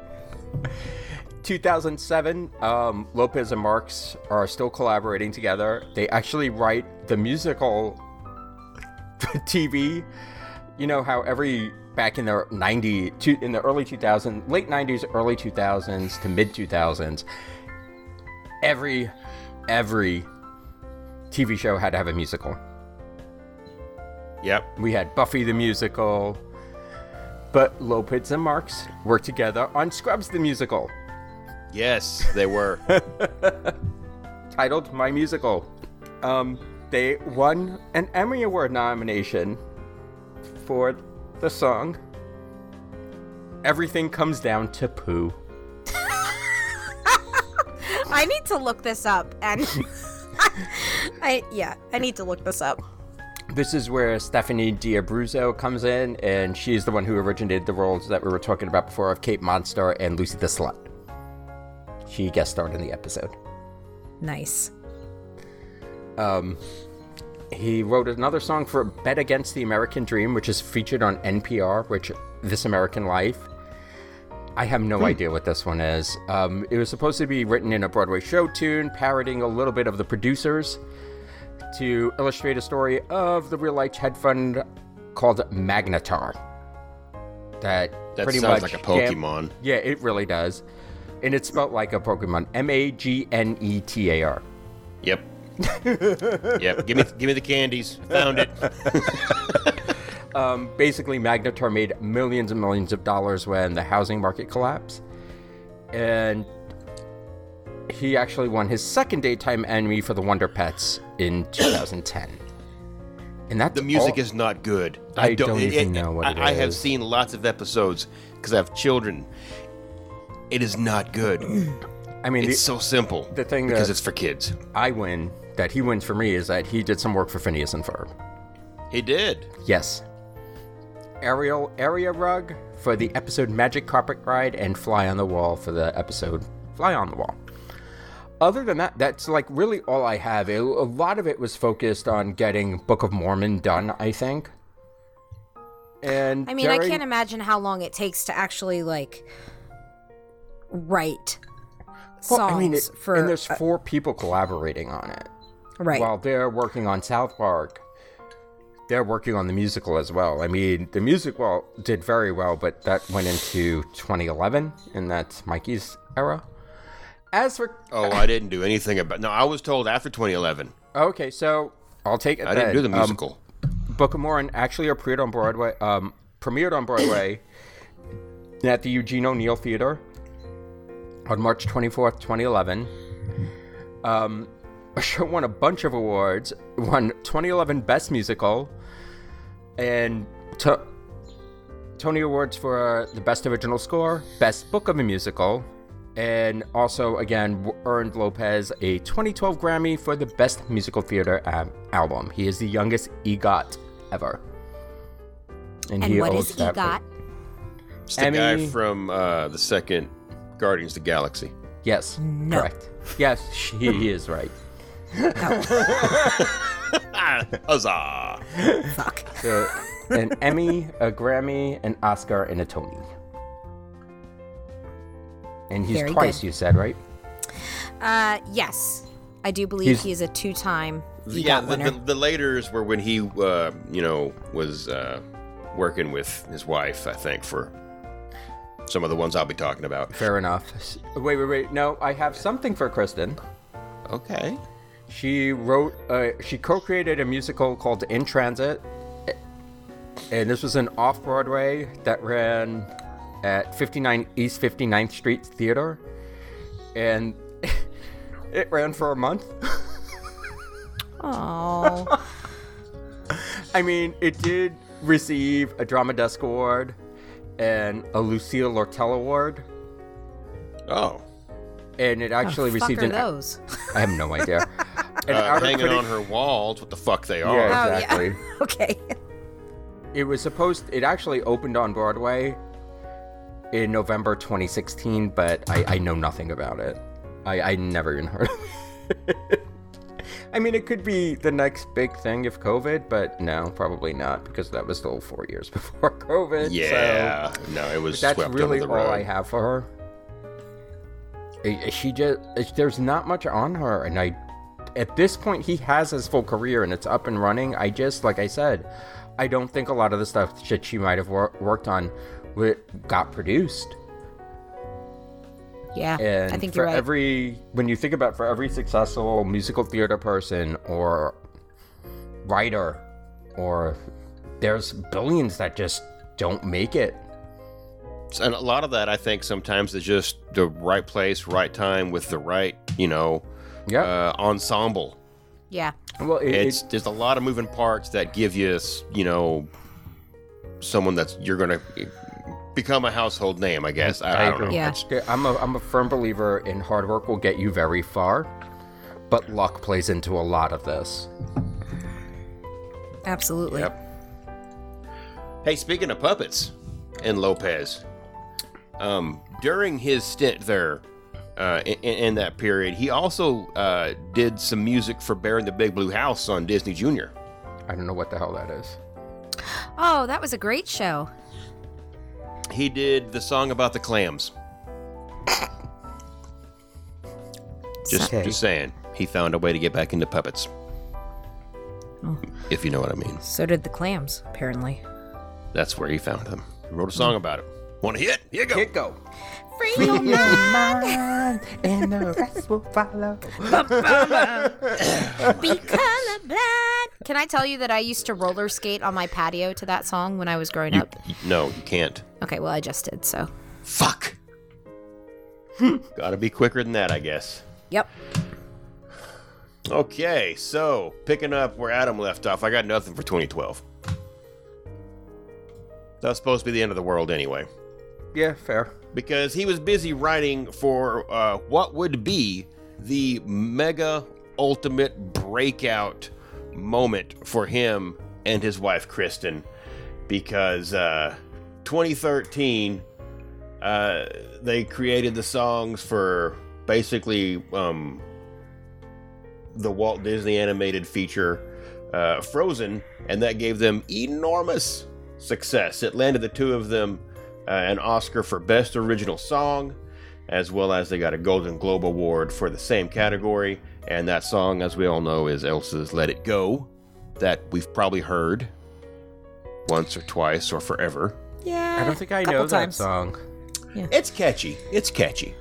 2007, um, Lopez and Marx are still collaborating together. They actually write the musical TV. You know how every back in the 90 two- in the early 2000s, late 90s, early 2000s to mid 2000s, every every TV show had to have a musical.
Yep.
We had Buffy the musical, but Lopez and Marx worked together on Scrubs the musical.
Yes, they were.
titled My Musical. Um, they won an Emmy Award nomination for the song Everything Comes Down to Poo.
I need to look this up and I yeah, I need to look this up.
This is where Stephanie D'Abruzzo comes in, and she's the one who originated the roles that we were talking about before of Kate Monster and Lucy the Slut. She guest starred in the episode.
Nice.
Um, he wrote another song for Bet Against the American Dream, which is featured on NPR, which This American Life. I have
Hmm.
no idea what this one is. Um, it was supposed to be written in a Broadway show tune, parroting a little bit of the producers to illustrate a story of the real life hedge fund called Magnetar. That,
That
pretty
sounds
much
like a
gam-
Pokemon.
yeah, it really does. And it's spelled like a Pokemon M A G N E T A R.
Yep. yep. Give me, give me the candies. Found it.
Um, basically, Magnetar made millions and millions of dollars when the housing market collapsed. And he actually won his second daytime Emmy for The Wonder Pets in 2010. And that's
The music
all-
is not good.
Oh. I don't even know what
I,
it
I have
is.
seen lots of episodes because I have children. It is not good.
I mean, the,
It's so simple.
the thing
because
that-
it's for kids.
I win that he wins for me is that he did some work for Phineas and Ferb.
He did.
Yes. Aerial area rug for the episode Magic Carpet Ride and Fly on the Wall for the episode Fly on the Wall. Other than that, that's like really all I have. A- a lot of it was focused on getting Book of Mormon done, I think. And
I mean, I
during-
can't imagine how long it takes to actually like write songs
Well, I mean, it-
for
and there's
uh,
four people collaborating on it.
right.
while they're working on South Park, they're working on the musical as well. I mean, the music well did very well, but that went into 2011, and that's Mikey's era. As for
Oh, I didn't do anything about. No, I was told after 2011.
okay, so I'll take it.
I didn't
then.
do the
Um,
musical.
Book of Mormon actually appeared on Broadway, um, premiered on Broadway at the Eugene O'Neill Theater on March 24th, 2011. Um, the show won a bunch of awards, won 2011 Best Musical, and to- Tony Awards for uh, the Best Original Score, Best Book of a Musical, and also, again, w- earned Lopez a 2012 Grammy for the Best Musical Theater um, Album. He is the youngest E EGOT ever.
and what
owes
is E
that for-
EGOT?
It's the guy
Emmy-
from uh, the second Guardians of the Galaxy.
Yes.
No.
Correct. Yes, she is right.
Ah, huzzah!
Fuck.
So, an Emmy, a Grammy, an Oscar, and a Tony. And he's
Very
twice,
good.
you said, right?
Uh, yes, I do believe
He's-
he is a two-time. EGOT
yeah, the,
winner.
the, the later's were when he, uh, you know, was uh, working with his wife, I think, for some of the ones I'll be talking about.
Fair enough. S- Wait, wait, wait. No, I have something for Kristen.
Okay.
She wrote, uh, she co created a musical called In Transit. And this was an off Broadway that ran at 59 East 59th Street Theater. And it ran for a month.
Oh,
I mean, it did receive a Drama Desk Award and a Lucille Lortel Award.
Oh,
And it actually
fuck
received
are
an.
those?
I have no idea. An
uh,
outer
hanging
critic-
on her walls, what the fuck they are.
Yeah,
Oh, yeah.
exactly.
okay.
It was supposed. It actually opened on Broadway in November 2016, but I, I know nothing about it. I, I never even heard. Of it. I mean, it could be the next big thing if COVID, but no, probably not because that was still four years before COVID. so
Yeah, no, it was
that's
swept
really
under the
all
rug.
I have for her. I- I- She just it's- there's not much on her, and I at this point he has his full career and it's up and running. I just like I said, I don't think a lot of the stuff that she might have wor- worked on wi- got produced.
Yeah,
And
I think
for
you're right.
every when you think about for every successful musical theater person or writer or there's billions that just don't make it.
and a lot of that I think sometimes is just the right place, right time with the right, you know,
Yeah.
uh, ensemble.
yeah,
well, it,
It's there's a lot of moving parts that give you, s- you know, someone that's you're gonna eh, become a household name. I guess I, I, don't know.
Yeah.
It's- I'm a, I'm a firm believer in hard work will get you very far, but luck plays into a lot of this.
absolutely.
Yep. Hey, speaking of puppets and Lopez, um, during his stint there, uh, in, in that period, he also uh, did some music for Bear in the Big Blue House on Disney Junior.
I don't know what the hell that is.
Oh, that was a great show.
He did the song about the clams. Just,
Okay.
just saying, he found a way to get back into puppets. If you know what I mean,
So did the clams, apparently.
that's where he found them. He wrote a song about it. Want to hit? Here you go.
Hit go.
Free your mind,
and the rest will follow.
be colorblind. Can I tell you that I used to roller skate on my patio to that song when I was growing
You-
up?
you- no, you can't.
Okay, well I just did. So,
Fuck. Gotta be quicker than that, I guess.
yep.
Okay, so picking up where Adam left off, I got nothing for 2012. That was supposed to be the end of the world anyway.
Yeah, fair.
because he was busy writing for uh, what would be the mega ultimate breakout moment for him and his wife Kristen because uh, 2013 uh, they created the songs for basically um, the Walt Disney animated feature uh, Frozen, and that gave them enormous success. It landed the two of them uh, an Oscar for Best Original Song, as well as they got a Golden Globe Award for the same category. And that song, as we all know, is Elsa's Let It Go, that we've probably heard once or twice or forever.
Yeah.
I don't think I
couple
know
times.
that song.
It's catchy. It's catchy.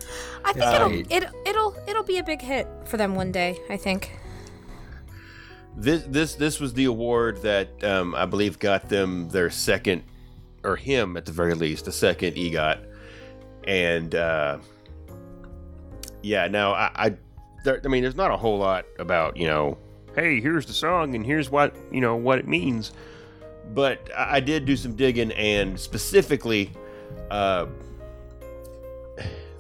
I think
Right.
it'll it, it'll it'll be a big hit for them one day. I think.
This this this was the award that um, I believe got them their second, or him at the very least, the second EGOT, and uh, yeah. Now I, I there, I mean, there's not a whole lot about you know, hey, here's the song and here's what you know what it means, but I, I did do some digging and specifically. Uh,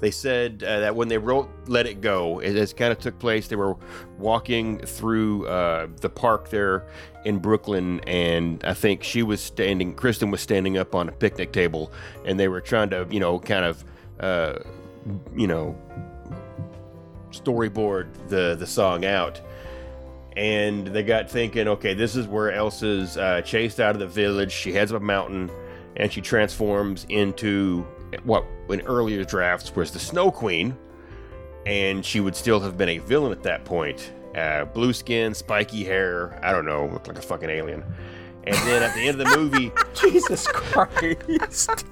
they said uh, that when they wrote "Let It Go," it, it kind of took place. They were walking through uh, the park there in Brooklyn, and I think she was standing, Kristen was standing up on a picnic table, and they were trying to, you know, kind of, uh, you know, storyboard the the song out. And they got thinking, okay, this is where Elsa's uh, chased out of the village. She heads up a mountain, and she transforms into what in earlier drafts was the Snow Queen, and she would still have been a villain at that point. Uh, blue skin, spiky hair, I don't know, looked like a fucking alien. And then at the end of the movie,
Jesus Christ.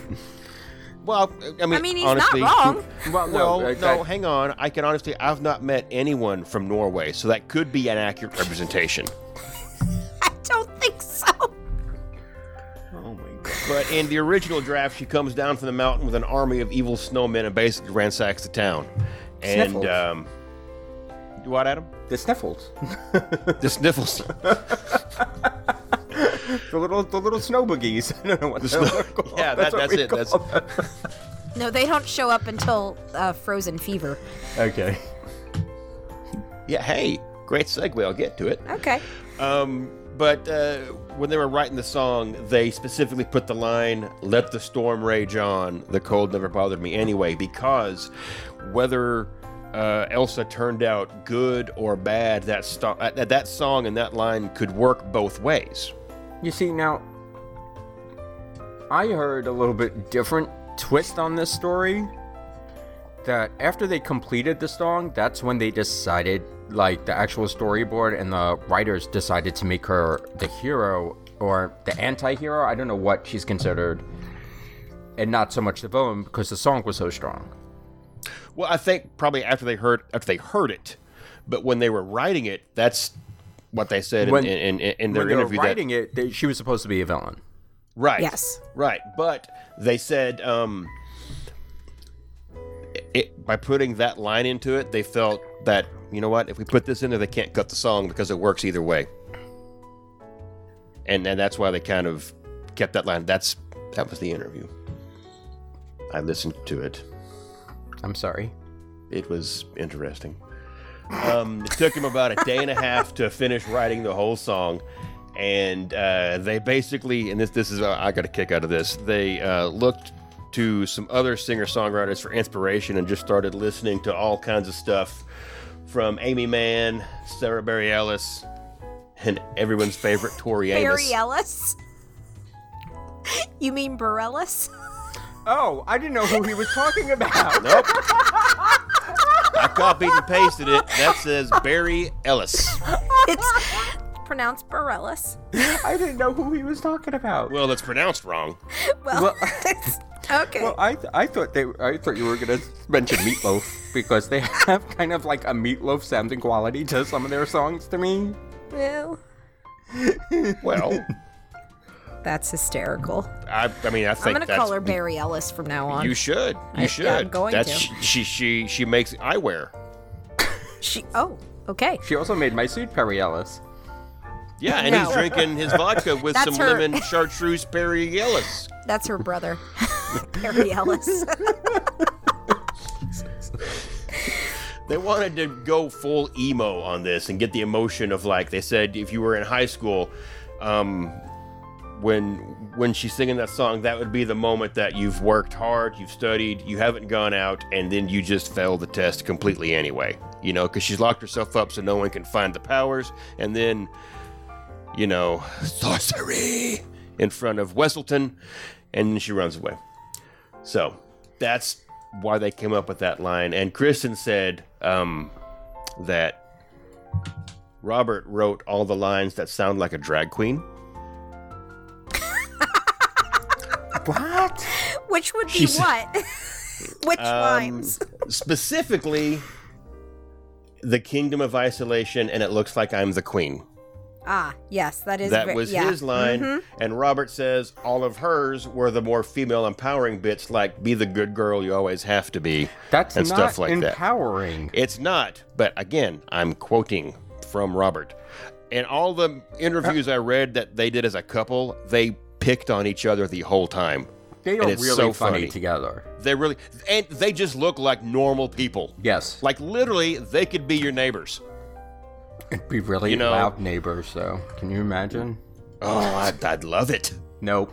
well, I mean,
I mean, he's not
honestly,
wrong.
well,
No,
no,
no,
I- I-
hang on. I can honestly, I've not met anyone from Norway, so that could be an accurate representation.
I don't think so.
Oh my god. But in the original draft, she comes down from the mountain with an army of evil snowmen and basically ransacks the town. And,
Sniffles.
um, what, Adam?
the sniffles.
The sniffles.
The little, the little snow boogies. I don't know what the
snow-
hell they're called.
Yeah, that-
what
that's
we
it,
call
that's-
them.
No, they don't show up until uh, Frozen Fever.
okay.
yeah, hey, great segue. I'll get to it.
Okay.
Um, but uh, when they were writing the song, they specifically put the line, let the storm rage on, the cold never bothered me anyway, because whether uh, Elsa turned out good or bad, that, sto- uh, that- that song and that line could work both ways.
You see, now, I heard a little bit different twist on this story. That after they completed the song, that's when they decided, like, the actual storyboard and the writers decided to make her the hero or the anti hero. I don't know what she's considered. And not so much the villain because the song was so strong.
Well, I think probably after they heard after they heard it, but when they were writing it, that's what they said in-
When-
in, in, in, their
When they were
interview. that-
writing it, they, she was supposed to be a villain.
Right.
Yes.
Right. But they said um, it, by putting that line into it, they felt that you know what, if we put this in there, they can't cut the song because it works either way. And and that's why they kind of kept that line. That's that was the interview. I listened to it.
I'm sorry.
It was interesting. Um, it took him about a day and a half to finish writing the whole song, and uh, they basically and this this is uh, I got a kick out of this. They uh, looked to some other singer songwriters for inspiration and just started listening to all kinds of stuff from Amy Mann, Sarah Barry Ellis, and everyone's favorite Tori Amos.
Barry Ellis? You mean Borellis?
Oh, I didn't know who he was talking about.
Nope. I copied and pasted it. That says Barry Ellis.
It's pronounced Borellis.
I didn't know who he was talking about.
Well, that's pronounced wrong.
Well, it's- okay.
Well, I, th- I thought they I thought you were gonna mention Meatloaf because they have kind of like a Meatloaf sounding quality to some of their songs to me.
Well,
Well,
that's hysterical.
I, I mean, I
I'm
think
gonna
that's
call her Barry Ellis from now on.
you should. You
I- yeah,
should.
I'm going
that's
to.
She, she she makes eyewear.
she. Oh, okay.
She also made my suit Perry Ellis.
Yeah, and he's
No.
drinking his vodka with
That's
some
her.
lemon chartreuse Perry Ellis.
That's her brother, Barry Ellis.
They wanted to go full emo on this and get the emotion of like they said if you were in high school, um, when when she's singing that song, that would be the moment that you've worked hard, you've studied, you haven't gone out, and then you just fail the test completely anyway. You know, because she's locked herself up so no one can find the powers, and then, you know, sorcery in front of Wesselton, and then she runs away. So that's why they came up with that line. And Kristen said um, that Robert wrote all the lines that sound like a drag queen.
What?
Which would be
She's-
what? Which
Um,
rhymes?
specifically, the Kingdom of Isolation, and it looks like I'm the queen.
Ah, yes, that is.
That
ve-
was
yeah. Mm-hmm.
his line. And Robert says all of hers were the more female empowering bits, like be the good girl you always have to be.
That's
And
not
stuff like that.
empowering.
It's not, but again, I'm quoting from Robert. In all the interviews I read that they did as a couple, they picked on each other the whole time.
They
And
are really
it's so
funny,
funny.
together.
They really, and they just look like normal people.
Yes,
Like literally, they could be your neighbors.
it'd be really
you know-
loud neighbors. So, can you imagine?
Oh, I'd, I'd love it.
Nope.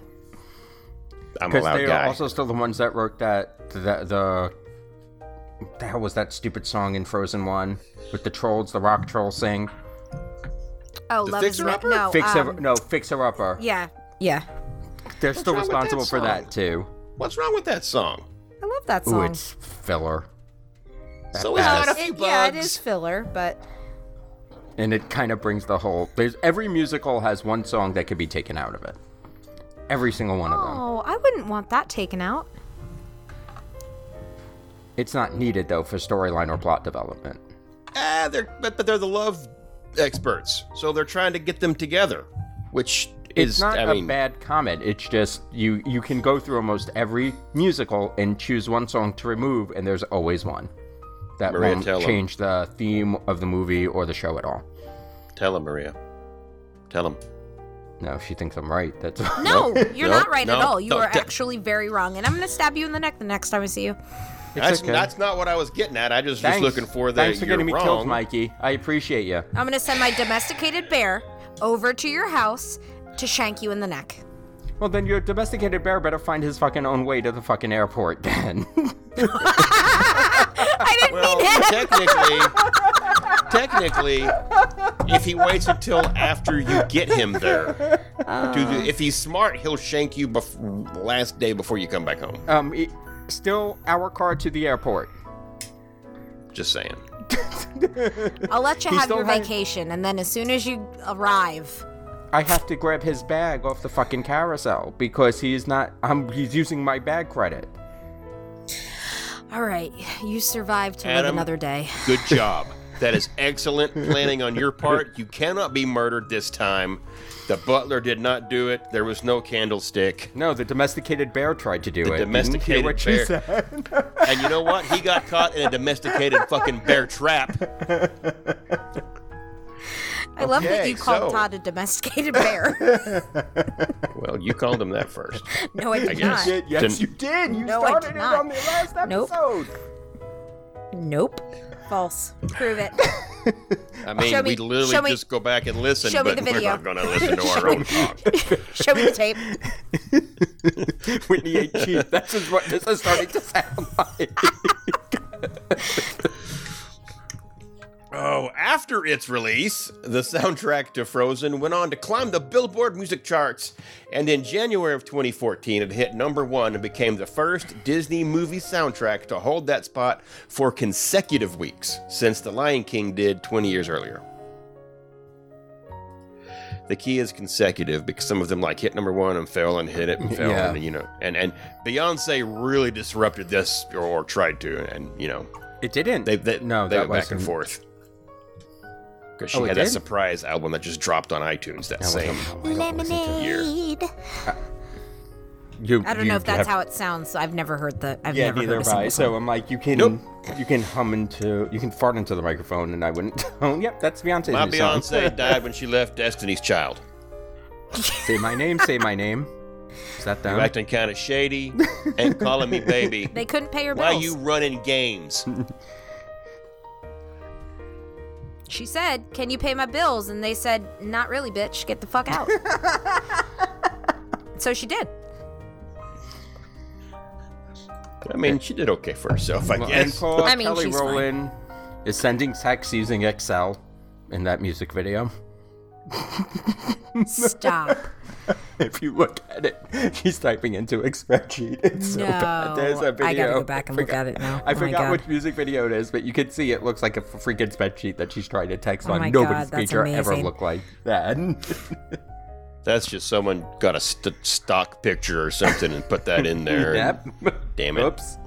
I'm a
Because
loud
they are
guy.
also still the ones that wrote that the the the hell was that stupid song in Frozen One with the trolls, the rock trolls sing.
Oh,
The
love is
Fixer
Ma-
Upper?
no.
Fixer,
um,
no, fixer upper.
Yeah, yeah.
They're still
wrong with that
responsible for
song?
that too.
What's wrong with that song?
I love that
Ooh,
song.
it's filler. at
So it's got
best.
a few
It-
bugs.
yeah, it is filler, but
and it kind of brings the whole. There's every musical has one song that could be taken out of it. Every single one of them.
oh, I wouldn't want that taken out.
It's not needed though for storyline or plot development.
Ah, they're but, but they're the love experts, so they're trying to get them together, which is
It's not
I
a
mean,
bad comment. It's just you you can go through almost every musical and choose one song to remove, and there's always one that
Maria,
won't
tell 'em.
change the theme of the movie or the show at all.
Tell him, Maria. Tell him.
No, she thinks I'm right. That's
No, you're
No,
not right
no,
at all. You
no,
are
d-
actually very wrong, and I'm gonna stab you in the neck the next time I see you.
That's,
okay.
that's not what I was getting at. I just
Thanks.
was looking for that
Thanks for
you're
getting me
wrong.
killed, Mikey. I appreciate you.
I'm gonna send my domesticated bear over to your house to shank you in the neck.
Well, then your domesticated bear better find his fucking own way to the fucking airport then.
I didn't
Well,
mean it.
technically, technically, if he waits until after you get him there, to
Uh.
do, if he's smart, he'll shank you bef- last day before you come back home.
um, it- still our car to the airport.
Just saying.
I'll let you
He
have
still
your
has-
vacation, and then as soon as you arrive,
I have to grab his bag off the fucking carousel because he's not. I'm. He's using my bag credit.
all right, you survived to live
Adam.
another day.
Good job. That is excellent planning on your part. You cannot be murdered this time. The butler did not do it. There was no candlestick.
No, the domesticated bear tried to do it.
domesticated
Didn't hear what
bear.
you said.
And you know what? He got caught in a domesticated fucking bear trap.
I love that
Okay,
you called
so-
Todd a domesticated bear.
Well, you called him that first.
no, I did
guess.
not.
yes,
Didn't-
you did. You
No, I
started
did
it
not.
on the last
Nope.
episode.
Nope. False. Prove it.
I mean,
Show
we
me-
literally
show me-
just go back and listen,
show me the
but
video.
we're not going to listen to our own talk.
Show me the tape.
Whitney ate cheap. That's just what this is starting to sound like.
Oh, after its release, the soundtrack to Frozen went on to climb the Billboard music charts. And in January of 2014, it hit number one and became the first Disney movie soundtrack to hold that spot for consecutive weeks since The Lion King did 20 years earlier. The key is consecutive because some of them like hit number one and fell and hit it and fell
Yeah.
and you know and and Beyonce really disrupted this or, or tried to and you know
It didn't.
they, they
no,
they
that
went back and
wasn't-
forth because she
Oh, it
had that
did?
surprise album that just dropped on iTunes that
I
same
don't- I don't listen to it.
Lemonade.
You-
I don't
you
know if that's
have-
how it sounds. So I've never heard the. I've
Yeah,
never heard
neither
a
have
single
I.
song.
So I'm like, you can
Nope.
you can hum into you can fart into the microphone, and I wouldn't. Oh, yep, that's Beyonce's
my
new song.
Beyonce died when she left Destiny's Child
Say my name. Say my name. Is that
you
them?
acting kind of shady and calling me baby
They couldn't pay her
why
bills.
you running games
She said, "Can you pay my bills?" And they said, "Not really, bitch. Get the fuck out." so she did.
I mean she did okay for herself I
Well, And
guess
Paul
I mean,
Kelly
she's fine.
Rowland is sending text using Excel in that music video.
Stop.
If you look at it, she's typing into a spreadsheet. It's so bad.
No,
There's a video.
I gotta go back and look at it now.
I
Oh my
forgot
God.
which music video it is, but you can see it looks like a freaking spreadsheet that she's trying to text
Oh
on.
my
Nobody's
God, that's
picture ever
amazing.
looked like that.
that's just someone got a st- stock picture or something and put that in there
yep.
damn it
Oops.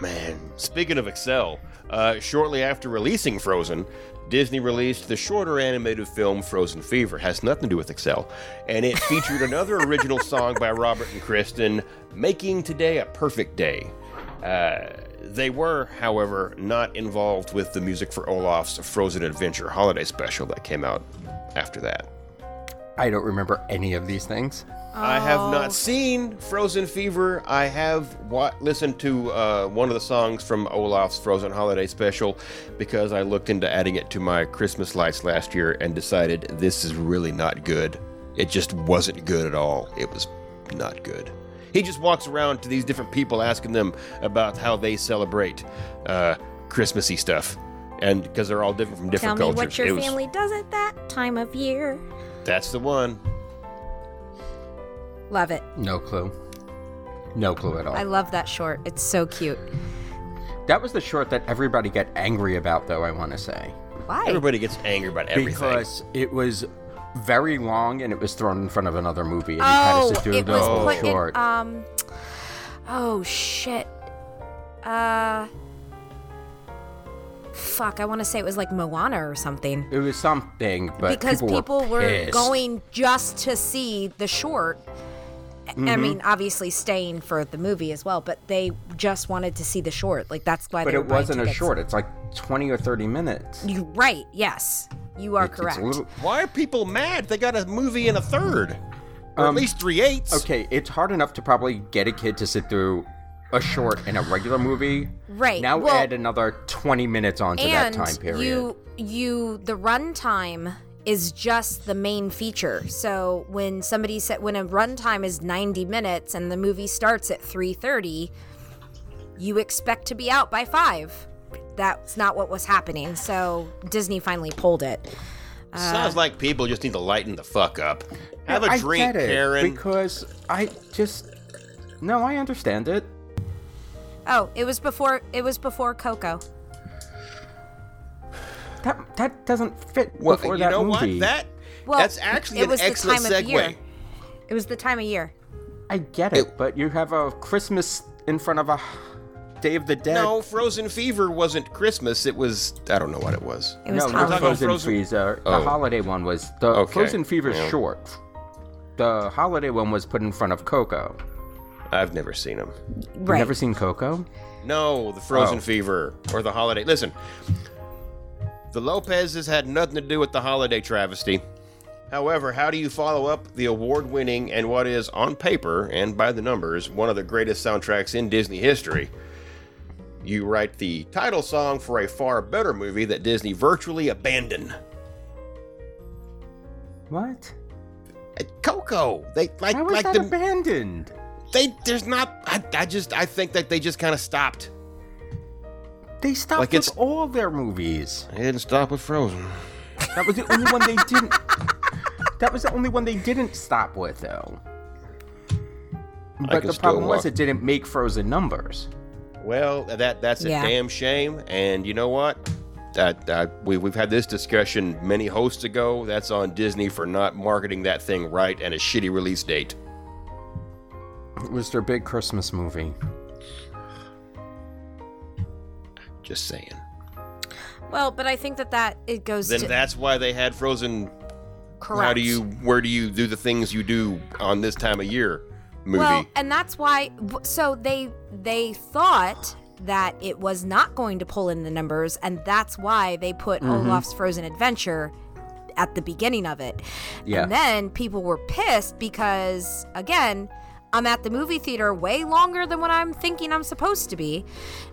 Man, speaking of Excel, uh, shortly after releasing Frozen, Disney released the shorter animated film Frozen Fever. Has nothing to do with Excel, and it featured another original song by Robert and Kristen, "Making Today a Perfect Day." Uh, they were, however, not involved with the music for Olaf's Frozen Adventure holiday special that came out after that.
I don't remember any of these things.
I have
Oh.
not seen Frozen Fever. I have wa- listened to uh, one of the songs from Olaf's Frozen Holiday Special because I looked into adding it to my Christmas lights last year and decided this is really not good. It just wasn't good at all. It was not good. He just walks around to these different people asking them about how they celebrate uh, Christmassy stuff. And because they're all different from
Tell
different
me
cultures.
what your
It was-
family does at that time of year.
That's the one.
Love it.
No clue. No clue at all.
I love that short. It's so cute.
That was the short that everybody got angry about, though, I want to say.
Why?
Everybody gets angry about everything.
Because it was very long and it was thrown in front of another movie and
oh,
had us do
it
the
was
whole
put in,
short.
um. Oh shit. Uh. Fuck! I want to say it was like Moana or something.
it was something, but
because people, were,
pissed.
going just to see the short. I
Mm-hmm.
mean, obviously staying for the movie as well, but they just wanted to see the short. Like that's why.
But
they were
it wasn't
buying
a
tickets.
short. It's like 20 or 30 minutes.
You right? Yes, you are
It's- it's
correct.
a little-
Why are people mad? They got a movie and a third, or at least three eighths.
Um, okay, it's hard enough to probably get a kid to sit through a short and a regular movie.
Right,
Now
well-
add another 20 minutes onto that
and
time period.
you you the runtime is just the main feature. So when somebody said when a runtime is 90 minutes and the movie starts at 3:30, you expect to be out by 5. That's not what was happening. So Disney finally pulled it. Uh,
Sounds like people just need to lighten the fuck up. Have a
I
drink,
get it,
Karen.
Because I just. No, I understand it.
Oh, it was before it was before Coco.
That that doesn't fit
Well,
before
you
that
know
movie.
what? That
Well,
that's actually
it
an
was the
excellent
time of
segue.
year. It was the time of year.
I get it, but you have a Christmas in front of a Day of the Dead.
No, Frozen Fever wasn't Christmas. It was I don't know what it was.
It was
no,
Halloween.
not Frozen,
Frozen-
Freezer.
Oh.
The holiday one was the
Okay.
Frozen Fever
Yeah.
short. The holiday one was put in front of Coco.
I've never seen them.
You've
right.
Never seen Coco?
No, the Frozen
Oh.
Fever or the Holiday. Listen, the Lopez's had nothing to do with the holiday travesty. However, how do you follow up the award winning and what is, on paper and by the numbers, one of the greatest soundtracks in Disney history? You write the title song for a far better movie that Disney virtually abandoned.
What?
Uh, Coco, they like
How was
like
that
the
abandoned?
they there's not. I, I just I think that they just kind of stopped.
They stopped
Like
with
it's-
all their movies.
They didn't stop with Frozen.
That was the only one they didn't. That was the only one they didn't stop with, though. But
can
the
still
problem
walk.
was it didn't make frozen numbers.
Well, that that's a
Yeah.
damn shame. And you know what? That uh, we we've had this discussion many hosts ago. That's on Disney for not marketing that thing right and a shitty release date.
It was their big Christmas movie.
Just saying.
Well, but I think that that it goes
Then
to
that's why they had Frozen.
correct.
How do you? Where do you do the things you do on this time of year? Movie.
Well, and that's why. So they they thought that it was not going to pull in the numbers, and that's why they put Olaf's Frozen Adventure at the beginning of it.
Yeah.
And then people were pissed because again. I'm at the movie theater way longer than what I'm thinking I'm supposed to be.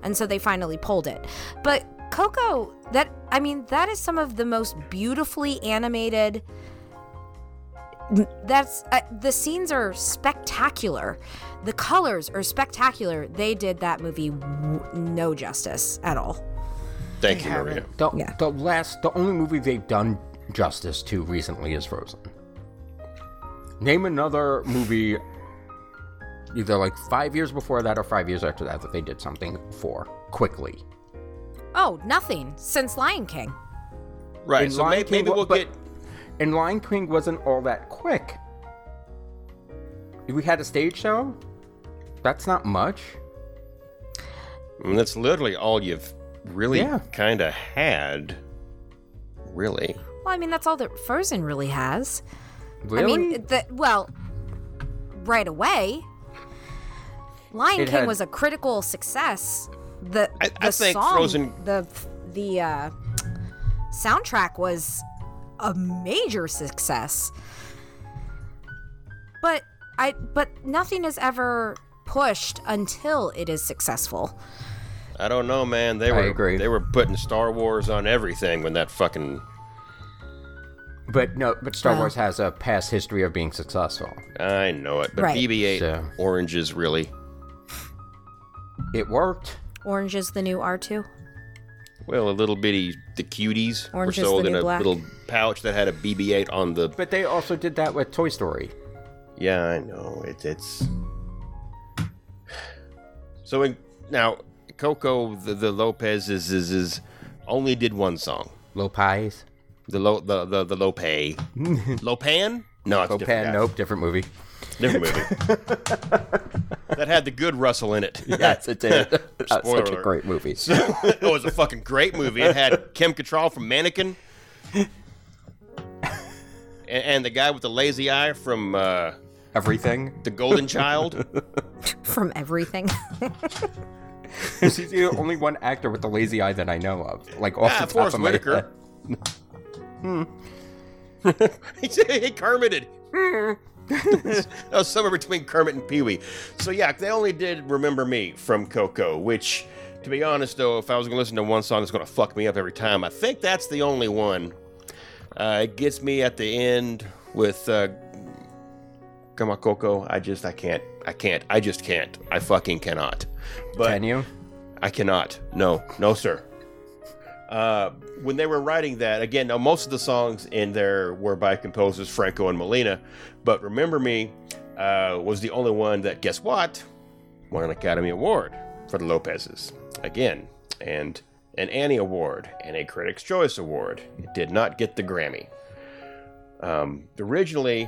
And so they finally pulled it. But Coco, that I mean that is some of the most beautifully animated that's uh, the scenes are spectacular the colors are spectacular they did that movie w- no justice at all
Thank you, Maria.
The,
Yeah.
the last, the only movie they've done justice to recently is Frozen. Name another movie, either like five years before that or five years after that, that they did something for quickly.
oh nothing since lion king
Right.
In
so
Lion
may-
King,
maybe
what-
we'll
but-
get.
And Lion King wasn't all that quick. We had a stage show. That's not much.
And mm, that's literally all you've really
Yeah.
kind of had. Really.
well i mean that's all that frozen really has
Really?
i mean the, well right away lion
It
king
had-
was a critical success the
I-
the
I think
song,
Frozen-
the the uh, soundtrack was a major success but i but nothing is ever pushed until it is successful
I don't know, man. They
I
were
agree.
they were putting Star Wars on everything when that fucking
but no, but Star
Wow.
Wars has a past history of being successful.
I know it, but
Right.
BB-8
So-
oranges really.
It worked.
orange is the new r2
Well, a little bitty the cuties
Orange
were
is the
sold in
new
a
black.
little pouch that had a BB-8 on the.
But they also did that with Toy Story.
Yeah, I know. It, it's So in, now Coco the, the Lopez is, is is only did one song.
Low pies.
The Lo, the the, the Lope Lopan? No, it's different.
Pan,
guy.
nope, different movie.
Different movie. that had the good Russell in it.
Yes, it did. That's
Spoiler
such a
alert.
great movie.
it was a fucking great movie. It had Kim Cattrall from Mannequin, and, and the guy with the lazy eye from uh,
Everything.
The Golden Child.
From everything.
She's the only one actor with the lazy eye that I know of. Like off
Ah,
the top
Forrest
of my
Whitaker.
head.
Hmm. he said he Kermited. Hmm. that was somewhere between Kermit and Pee Wee. So yeah, they only did "Remember Me" from Coco, which, to be honest though, if I was gonna listen to one song that's gonna fuck me up every time, I think that's the only one. Uh, it gets me at the end with uh, "Come on, Coco." I just, I can't, I can't, I just can't. I fucking cannot. But
Can you?
I cannot. No, no, sir. Uh, when they were writing that, again, now most of the songs in there were by composers Franco and Molina, but Remember Me uh, was the only one that, guess what, won an Academy Award for the Lopez's. Again, and an Annie Award and a Critics' Choice Award. It did not get the Grammy. Um, originally,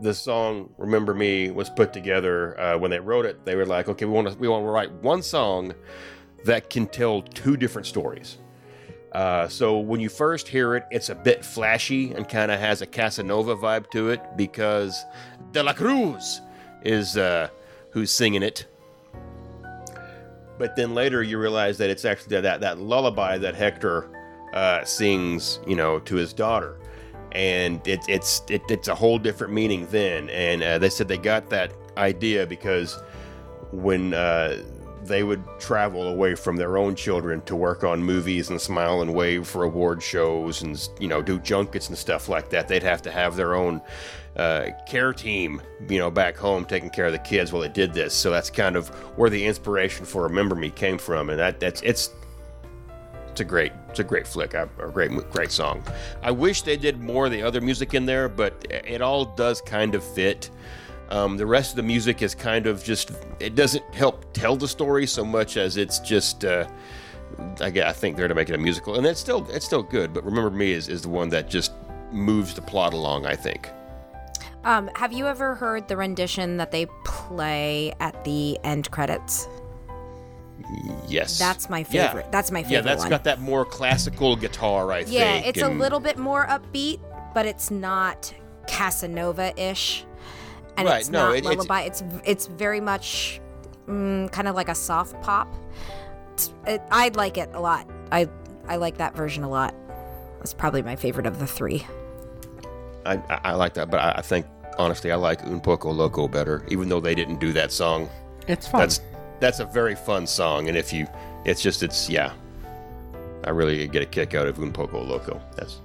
the song "Remember Me" was put together uh, when they wrote it. They were like, "Okay, we want to we want to write one song that can tell two different stories." Uh, so when you first hear it, it's a bit flashy and kind of has a Casanova vibe to it because De La Cruz is uh, who's singing it. But then later you realize that it's actually that that lullaby that Hector uh, sings, you know, to his daughter, and it, it's it, it's a whole different meaning then. And uh, they said they got that idea because when uh, they would travel away from their own children to work on movies and smile and wave for award shows and you know do junkets and stuff like that they'd have to have their own uh, care team you know back home taking care of the kids while they did this so that's kind of where the inspiration for remember me came from and that that's it's it's a great it's a great flick a, a great mo- great song i wish they did more of the other music in there but it all does kind of fit um, the rest of the music is kind of just it doesn't help tell the story so much as it's just uh, I, gue- I think they're to make it a musical and it's still it's still good but remember me is, is the one that just moves the plot along i think
Um, have you ever heard the rendition that they play at the end credits?
yes
That's my
Yeah.
favorite. That's my favorite
yeah that's
one.
got that more classical guitar i
yeah,
think
it's a
and-
little bit more upbeat, but it's not Casanova-ish, and
Right,
it's
no,
not
it- it's-
lullaby. It's it's, very much mm, kind of like a soft pop. It's, it, I like it a lot. I I like that version a lot. That's probably my favorite of the three.
I, I, I like that but I, I think honestly i like un poco loco better even though they didn't do that song
It's fun.
that's that's a very fun song and if you it's just it's yeah i really get a kick out of un poco loco that's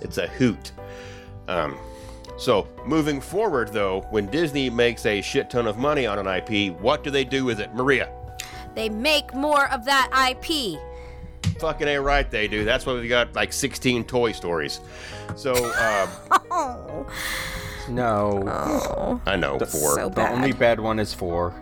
it's a hoot um so moving forward though when disney makes a shit ton of money on an ip what do they do with it maria
They make more of that IP.
fucking a right they do that's why we got like 16 toy stories so um
Oh,
no.
i know
so
four
The
Oh, bad.
only bad one is four.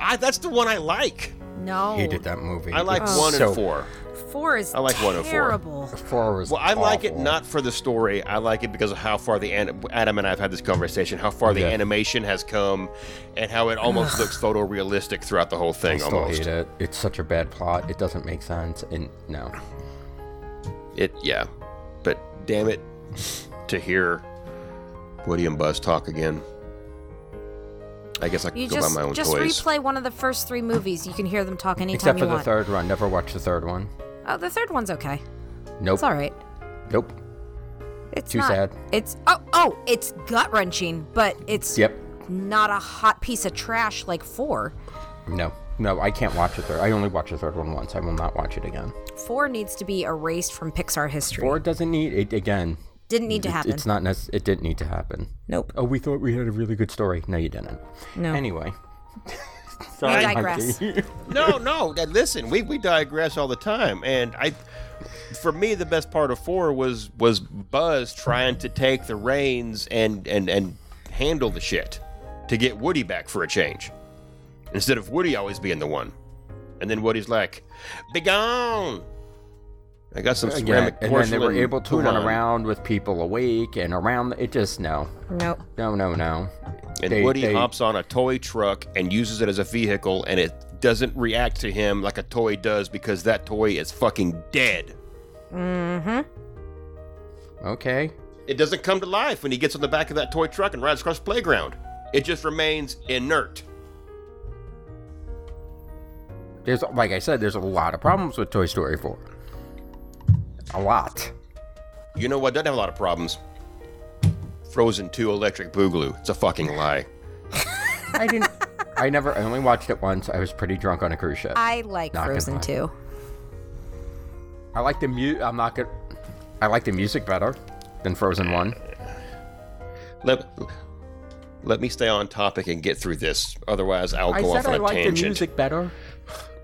I, that's the one i like
no,
Hated that movie.
i like
It's
one
so-
and four
Four is
I like one of four.
terrible.
Four was
Well, I like it
awful.
not for the story. I like it because of how far the an- Adam and I have had this conversation, how far the
Yeah.
animation has come, and how it almost looks photorealistic throughout the whole
I
thing.
still
almost,
hate it. It's such a bad plot. It doesn't make sense. And no.
It- yeah. But damn it, to hear Woody and Buzz talk again. I guess I could
You
go
just
buy my own
just
toys.
replay one of the first three movies. You can hear them talk anytime
Except
you
for the
want.
third one. Never watched the third one.
Oh, the third one's okay.
Nope.
It's all right.
Nope.
It's
Too
not-
sad.
It's oh oh, it's gut wrenching, but it's
Yep.
not a hot piece of trash like four.
No. No, I can't watch the third. I only watched the third one once. I will not watch it again.
Four needs to be erased from Pixar history.
Four doesn't need it again.
Didn't need to
it-
happen.
It's not nec- It didn't need to happen.
Nope.
Oh, we thought we had a really good story. No, you didn't.
No.
Anyway.
We
I'm
digress.
kidding.
no, no. that- Listen, we, we digress all the time, and I, for me, the best part of four was was Buzz trying to take the reins and and and handle the shit to get Woody back for a change. instead of Woody always being the one. And then Woody's like, "Begone!" I got some
Uh, Yeah,
ceramic
and then
porcelain.
they were able to run
udon.
around with people awake and around. The, it just no,
Nope.
no, no, no.
And
They-
Woody
they-
hops on a toy truck and uses it as a vehicle, and it doesn't react to him like a toy does because that toy is fucking dead.
Okay,
It doesn't come to life when he gets on the back of that toy truck and rides across the playground. It just remains inert.
there's like I said, there's a lot of problems with Toy Story 4. A lot.
You know what? Doesn't have a lot of problems. Frozen 2 Electric Boogaloo. It's a fucking lie.
I didn't. I never. I only watched it once. I was pretty drunk on a cruise ship. I,
I like
Not gonna
Frozen
lie.
too.
like the mu. I'm not good. I like the music better than Frozen One.
Let, let me stay on topic and get through this. Otherwise, I'll
I
go
said
off on
I
a
like
tangent.
the music better.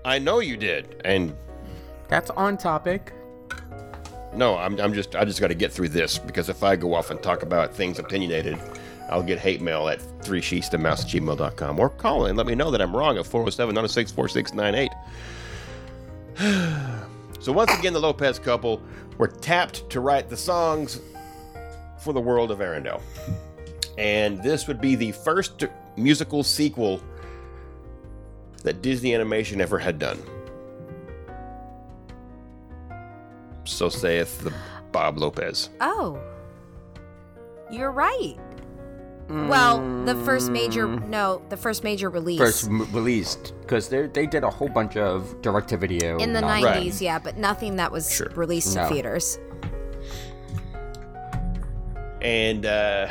I know you did. And
That's on topic.
no, I'm, I'm just I just got to get through this because if I go off and talk about things opinionated, I'll get hate mail at three sheets to mouse at gmail.com or call in and let me know that I'm wrong at 407 906 4698. So once again, the Lopez couple were tapped to write the songs for the world of Arendelle. And this would be the first musical sequel that Disney Animation ever had done. So saith the Bob Lopez.
Oh, you're right. Well, the first major
Mm.
no, the first major release
First m- released because they they did a whole bunch of direct-to-video
in the
nonsense.
90s, yeah, but nothing that was
Sure.
released
No.
in theaters.
and uh,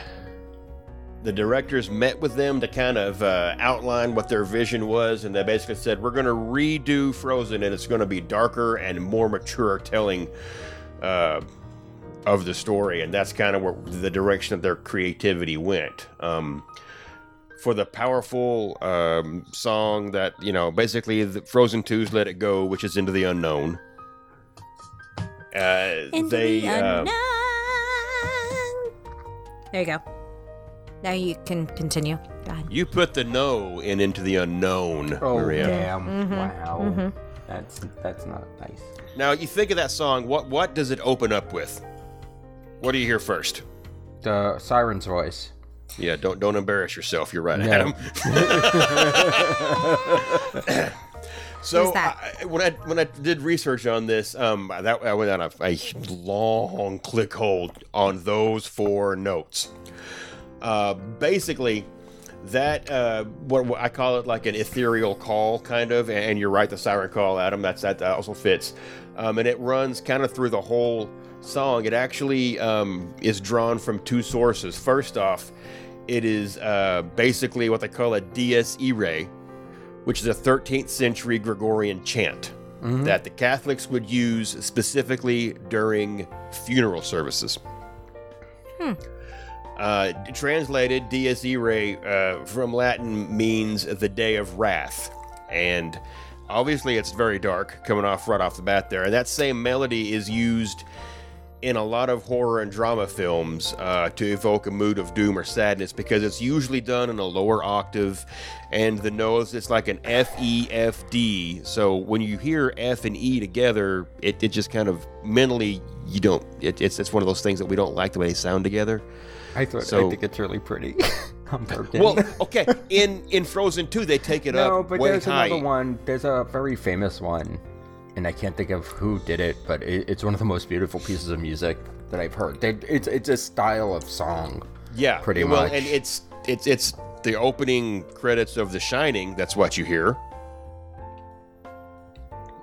the directors met with them to kind of uh, outline what their vision was, and they basically said, "We're going to redo Frozen, and it's going to be darker and more mature telling uh, of the story." And that's kind of where the direction of their creativity went. Um, for the powerful um, song that you know, basically, the Frozen 2's "Let It Go," which is into the unknown. Uh, they uh,
There you go. Now you can continue. Go ahead.
You put the no in into the unknown,
Oh
Maria.
damn! Wow, that's that's not nice.
Now you think of that song. What what does it open up with? What do you hear first?
The siren's voice.
Yeah, don't don't embarrass yourself. You're right,
No.
Adam. so
Who's that?
I, when I when I did research on this, um, that I went on a, a long click hold on those four notes. Uh, basically, that uh, what, what I call it like an ethereal call, kind of. And, and you're right, the siren call, Adam. That's that, that also fits, um, and it runs kind of through the whole song. It actually um, is drawn from two sources. First off, it is uh, basically what they call a dies irae, which is a 13th century Gregorian chant that the Catholics would use specifically during funeral services. Uh, translated, Dies Irae uh, from Latin means the day of wrath. And obviously, it's very dark coming off right off the bat there. And that same melody is used in a lot of horror and drama films uh, to evoke a mood of doom or sadness because it's usually done in a lower octave and the nose it's like an F E F D. So when you hear F and E together, it, it just kind of mentally you don't it, it's it's one of those things that we don't like the way they sound together.
I thought
So-
I think it's really pretty. I'm broken.
Well, okay, in in Frozen 2 they take it
no,
up
but
way
there's
high.
another one. There's a very famous one, and I can't think of who did it, but it, it's one of the most beautiful pieces of music that I've heard. They, it's it's a style of song.
Yeah,
pretty
well,
much.
and it's it's it's the opening credits of The Shining. That's what you hear.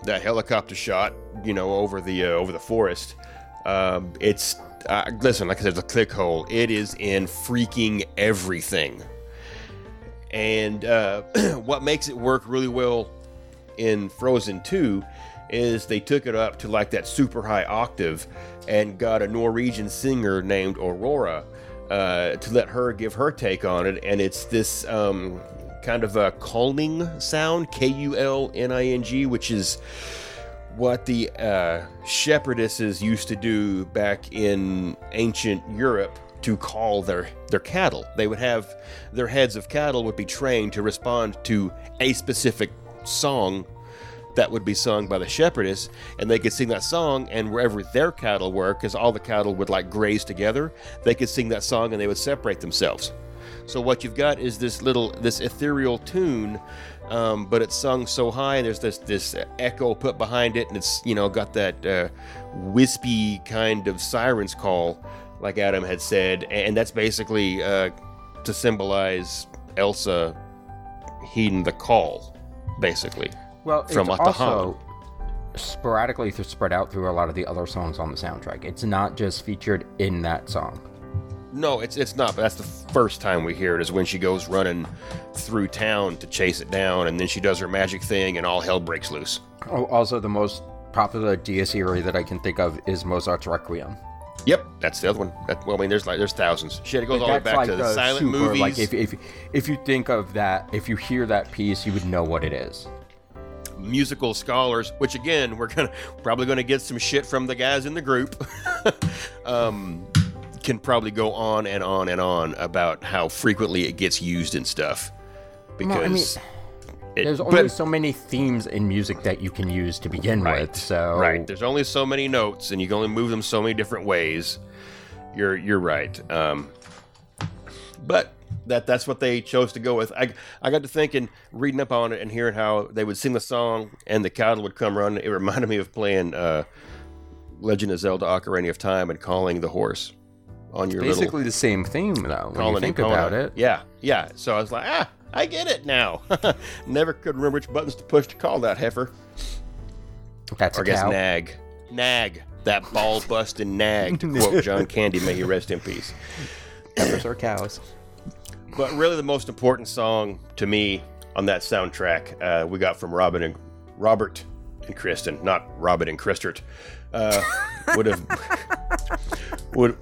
That helicopter shot, you know, over the uh, over the forest. Um, it's uh, listen, like I said, the click hole. It is in freaking everything. And uh, what makes it work really well in Frozen 2 is they took it up to like that super high octave and got a Norwegian singer named Aurora uh, to let her give her take on it. And it's this um, kind of a culling sound, K U L N I N G, which is what the uh, shepherdesses used to do back in ancient Europe to call their their cattle. They would have their heads of cattle would be trained to respond to a specific song that would be sung by the shepherdess, and they could sing that song. And wherever their cattle were, because all the cattle would like graze together, they could sing that song, and they would separate themselves. So what you've got is this little this ethereal tune, um, but it's sung so high, and there's this this echo put behind it, and it's you know got that uh, wispy kind of siren's call, like Adam had said, and that's basically uh, to symbolize Elsa heeding the call, basically.
Well, it's
From Atahan.
also sporadically th- spread out through a lot of the other songs on the soundtrack. It's not just featured in that song.
No, it's it's not. But that's the first time we hear it is when she goes running through town to chase it down, and then she does her magic thing, and all hell breaks loose.
Oh, Also, the most popular Dies Irae that I can think of is Mozart's Requiem.
Yep, that's the other one. That, well, I mean, there's like there's thousands. Shit, it goes all the way back to the
a
silent
super,
movies.
Like if, if if you think of that, if you hear that piece, you would know what it is.
musical scholars, which again we're gonna probably gonna get some shit from the guys in the group. um, can probably go on and on and on about how frequently it gets used and stuff
Well, I mean,
because it-
There's
but-
only so many themes in music that you can use to begin with. So
right there's only so many notes and you can only move them so many different ways you're you're right um but that that's what they chose to go with i i got to thinking reading up on it and hearing how they would sing the song and the cattle would come running it reminded me of playing uh legend of zelda ocarina of time and calling the horse on your little
basically the same theme though. When you
Colony,
think
colony.
about it,
Yeah, yeah. So I was like, ah, I get it now. Never could remember which buttons to push to call that heifer.
that's
Or
a
I guess
cow.
nag. Nag. That ball busting nag, to quote John Candy, may he rest in peace.
Peppers are cows.
But really, the most important song to me on that soundtrack uh, we got from Robin and Robert and Kristen, not Robin and Christert, uh, would have would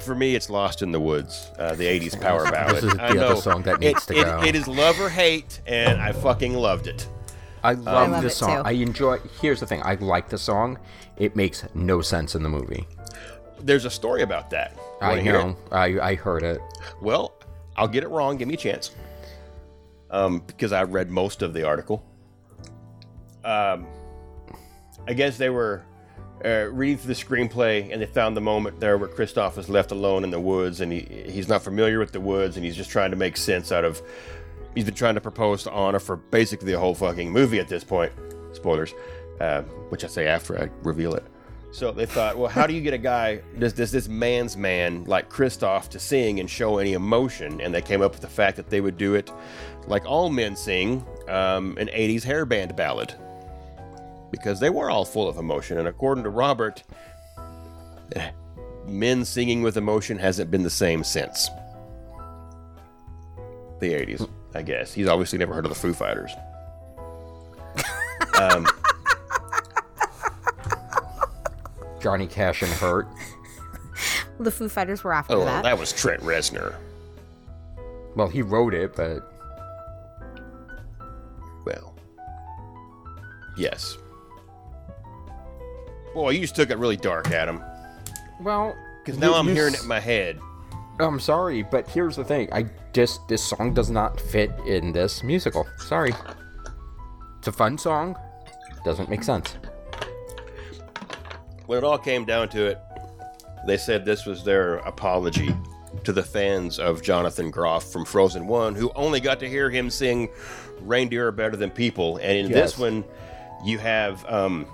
for me it's "Lost in the Woods," uh, the '80s power ballad.
is the
I
other
know
song that
it-
needs to
it-
go.
It is love or hate, and I fucking loved it.
I love
love
this
it,
song.
too.
I enjoy. Here's the thing. I like the song. It makes no sense in the movie.
There's a story about that. Wanna
I
hear it?
know. I, I heard it.
Well, I'll get it wrong. Give me a chance. Um, because I read most of the article. Um, I guess they were uh, reading through the screenplay and they found the moment there where Kristoff is left alone in the woods and he, he's not familiar with the woods and he's just trying to make sense out of. He's been trying to propose to Anna for basically the whole fucking movie at this point. Spoilers, uh, which I say after I reveal it. So they thought, well, how do you get a guy, this this, this man's man like Kristoff, to sing and show any emotion? And they came up with the fact that they would do it like all men sing, um, an 80s hairband ballad. Because they were all full of emotion. And according to Robert, eh, men singing with emotion hasn't been the same since the 80s, I guess. He's obviously never heard of the Foo Fighters. um,
Johnny Cash and Hurt.
The Foo Fighters were after
oh, well,
that.
that was Trent Reznor.
Well, he wrote it, but
Well, yes. Boy, you just took it really dark, Adam.
well,
Because now
you-
I'm
you
hearing
s-
it in my head.
I'm sorry, but here's the thing. I just this song does not fit in this musical. Sorry. It's a fun song. Doesn't make sense.
When it all came down to it, they said this was their apology to the fans of Jonathan Groff from Frozen 1, who only got to hear him sing Reindeer Are Better Than People. And in this
Yes.
one, you have um,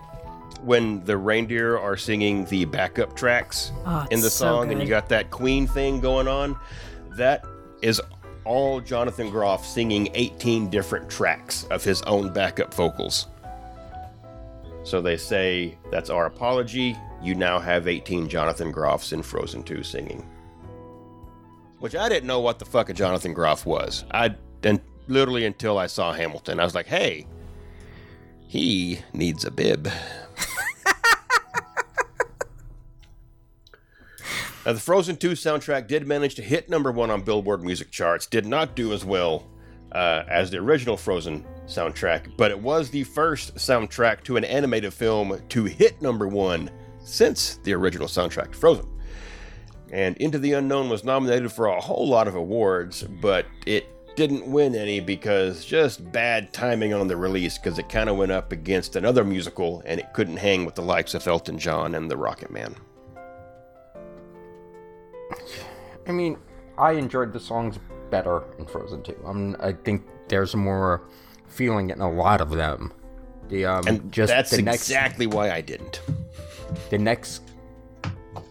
when the reindeer are singing the backup tracks
Oh,
in
it's
the
so
song, and you
good.
got that Queen thing going on. That is all Jonathan Groff singing 18 different tracks of his own backup vocals. So they say that's our apology. You now have 18 Jonathan Groffs in Frozen 2 singing. Which I didn't know what the fuck a Jonathan Groff was. I and literally until I saw Hamilton, I was like, "Hey, he needs a bib." now, the Frozen 2 soundtrack did manage to hit number 1 on Billboard music charts. Did not do as well uh, as the original Frozen soundtrack, but it was the first soundtrack to an animated film to hit number 1 since the original soundtrack to Frozen. And Into the Unknown was nominated for a whole lot of awards, but it didn't win any because just bad timing on the release because it kind of went up against another musical and it couldn't hang with the likes of Elton John and the Rocket Man.
I mean, I enjoyed the songs better in Frozen 2. I'm, I think there's more feeling in a lot of them. The um,
And
just
that's
the next
exactly why I didn't.
the next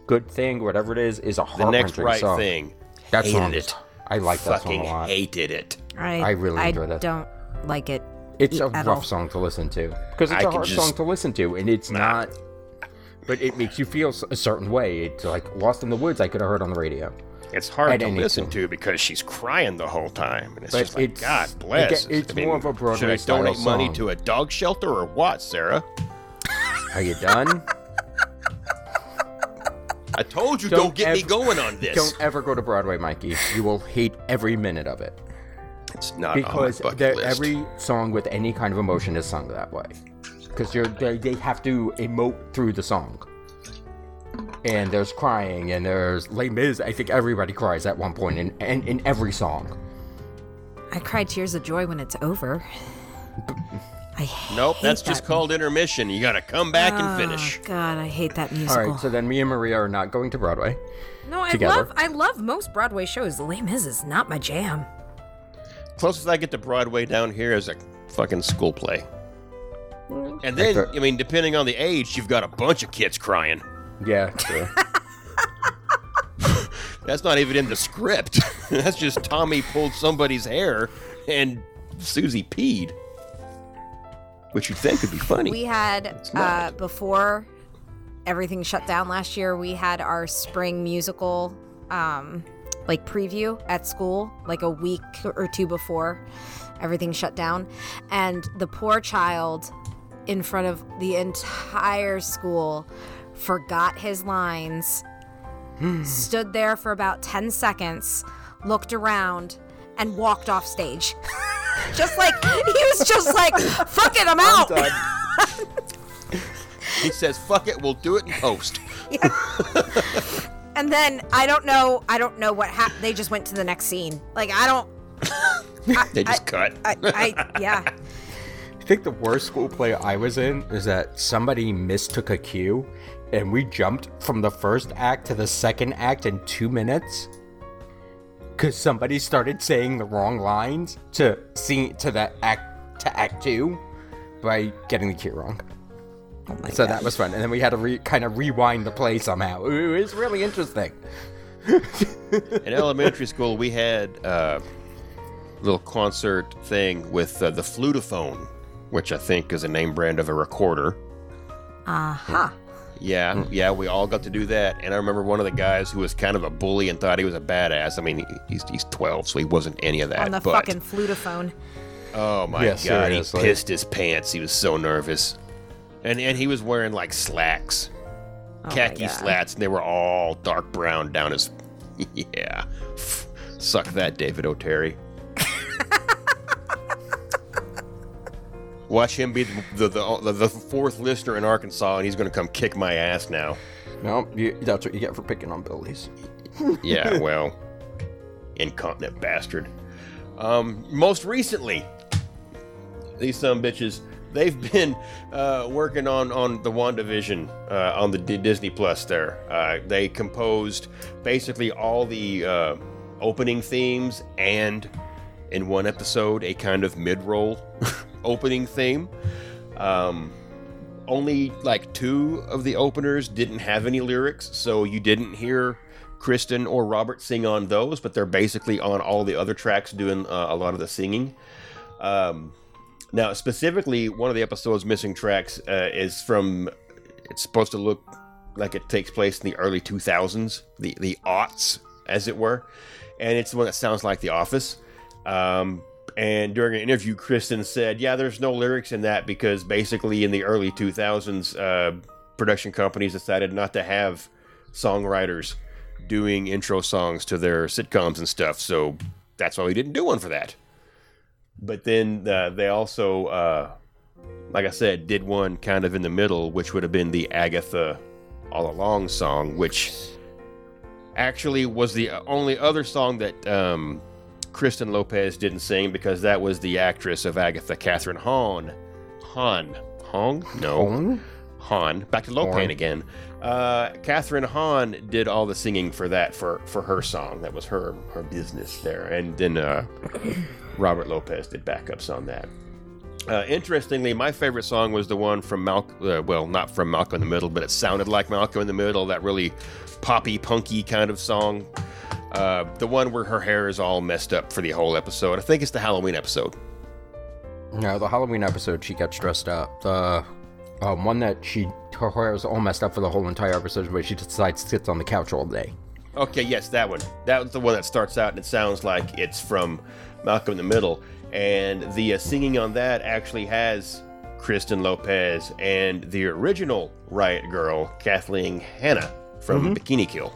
good thing, whatever it is, is a
The
heartbreaking
next right
song.
thing.
That
hated
song,
it.
I like that song
Fucking
a lot.
hated it.
I,
I really enjoy
I
that.
don't like it.
It's a
at
rough
all.
song to listen to because it's
I
a
can
hard
just-
song to listen to, and it's not. But it makes you feel s- a certain way. It's like Lost in the Woods. I could have heard on the radio.
It's hard
At
to
any
listen
point.
to because she's crying the whole time, and it's
But
just like
it's-
God bless.
again, it's more of a Broadway
Should I
style
donate money
song.
to a dog shelter or what, Sarah?
Are you done?
I told you, don't,
Don't
get me
ever-
going on this.
Don't ever go to Broadway, Mikey. You will hate every minute of it
It's not
because
on my bucket
there-
list.
every song with any kind of emotion is sung that way. Because you're they, they have to emote through the song, and there's crying, and there's Les Mis. I think everybody cries at one point in in, in every song.
I cry tears of joy when it's over. I hate
nope, that's
that Oh,
just called intermission. You gotta come back
Ah.
and finish.
God, I hate that
All
musical.
right, so then me and Maria are not going to Broadway.
no, I
together.
love I love most Broadway shows. Les Mis is not my jam.
Closest I get to Broadway down here is a fucking school play. And then,
Like the-
I mean, depending on the age, you've got a bunch of kids crying.
Yeah, true.
That's not even in the script. That's just Tommy pulled somebody's hair and Susie peed. Which you'd think would be funny.
We had uh,
not.
before everything shut down last year. We had our spring musical, um, like preview at school, like a week or two before everything shut down, and the poor child in front of the entire school forgot his lines, stood there for about ten seconds, looked around, and walked off stage. just like he was just like, "Fuck it, I'm out."
he says, fuck it, we'll do it in post.
And then I don't know. I don't know what happened. They just went to the next scene. Like I don't.
They just cut.
I, I yeah.
I think the worst school play I was in is that somebody mistook a cue, and we jumped from the first act to the second act in two minutes. Cause somebody started saying the wrong lines to see to that act to act two by getting the cue wrong. so that was fun, and then we had to re, kind of rewind the play somehow. It was really interesting.
in elementary school, we had uh, a little concert thing with uh, the flutophone, which I think is a name brand of a recorder. Hmm.
Aha.
Yeah, yeah, we all got to do that. And I remember one of the guys who was kind of a bully and thought he was a badass. I mean, he- he's, he's 12, so he wasn't any of that.
On the
but,
fucking flutophone.
Oh my
Yeah,
god,
seriously.
he pissed his pants. He was so nervous. And and he was wearing like slacks. khaki slats, and they were all dark brown down his Yeah. Suck that, David O'Terry. Watch him be the the, the the fourth listener in Arkansas, and he's going to come kick my ass now.
No, you, that's what you get for picking on bullies.
Yeah, well, incontinent bastard. Um, most recently, these some bitches, they've been uh, working on on the WandaVision uh, on the D- Disney Plus. There, uh, they composed basically all the uh, opening themes and in one episode a kind of mid-roll opening theme. Um, only like two of the openers didn't have any lyrics, so you didn't hear Kristen or Robert sing on those, but they're basically on all the other tracks doing uh, a lot of the singing. Um, now, specifically, one of the episode's missing tracks uh, is from. It's supposed to look like it takes place in the early 2000s, the the aughts, as it were, and it's the one that sounds like The Office. Um, and during an interview, Kristen said, "Yeah, there's no lyrics in that because basically in the early 2000s, uh, production companies decided not to have songwriters doing intro songs to their sitcoms and stuff, so that's why we didn't do one for that." But then uh, they also, uh, like I said, did one kind of in the middle, which would have been the Agatha All Along song, which actually was the only other song that um, Kristen Lopez didn't sing because that was the actress of Agatha, Catherine Hahn. Hahn. Hong? No.
Own?
Hahn. Back to Lopane
Hahn.
again. Uh, Catherine Hahn did all the singing for that, for, for her song. That was her, her business there. And then uh, Robert Lopez did backups on that. Uh, interestingly, my favorite song was the one from Malcolm. Uh, well, not from Malcolm in the Middle, but it sounded like Malcolm in the Middle. That really poppy, punky kind of song. Uh, the one where her hair is all messed up for the whole episode. I think it's the Halloween episode.
No, the Halloween episode, she gets dressed up. The um, one that she her hair is all messed up for the whole entire episode, where she decides sits on the couch all day.
Okay, yes, that one. That was the one that starts out and it sounds like it's from Malcolm in the Middle. And the uh, singing on that actually has Kristen Lopez and the original Riot Girl, Kathleen Hanna,
Mm-hmm.
from Bikini Kill.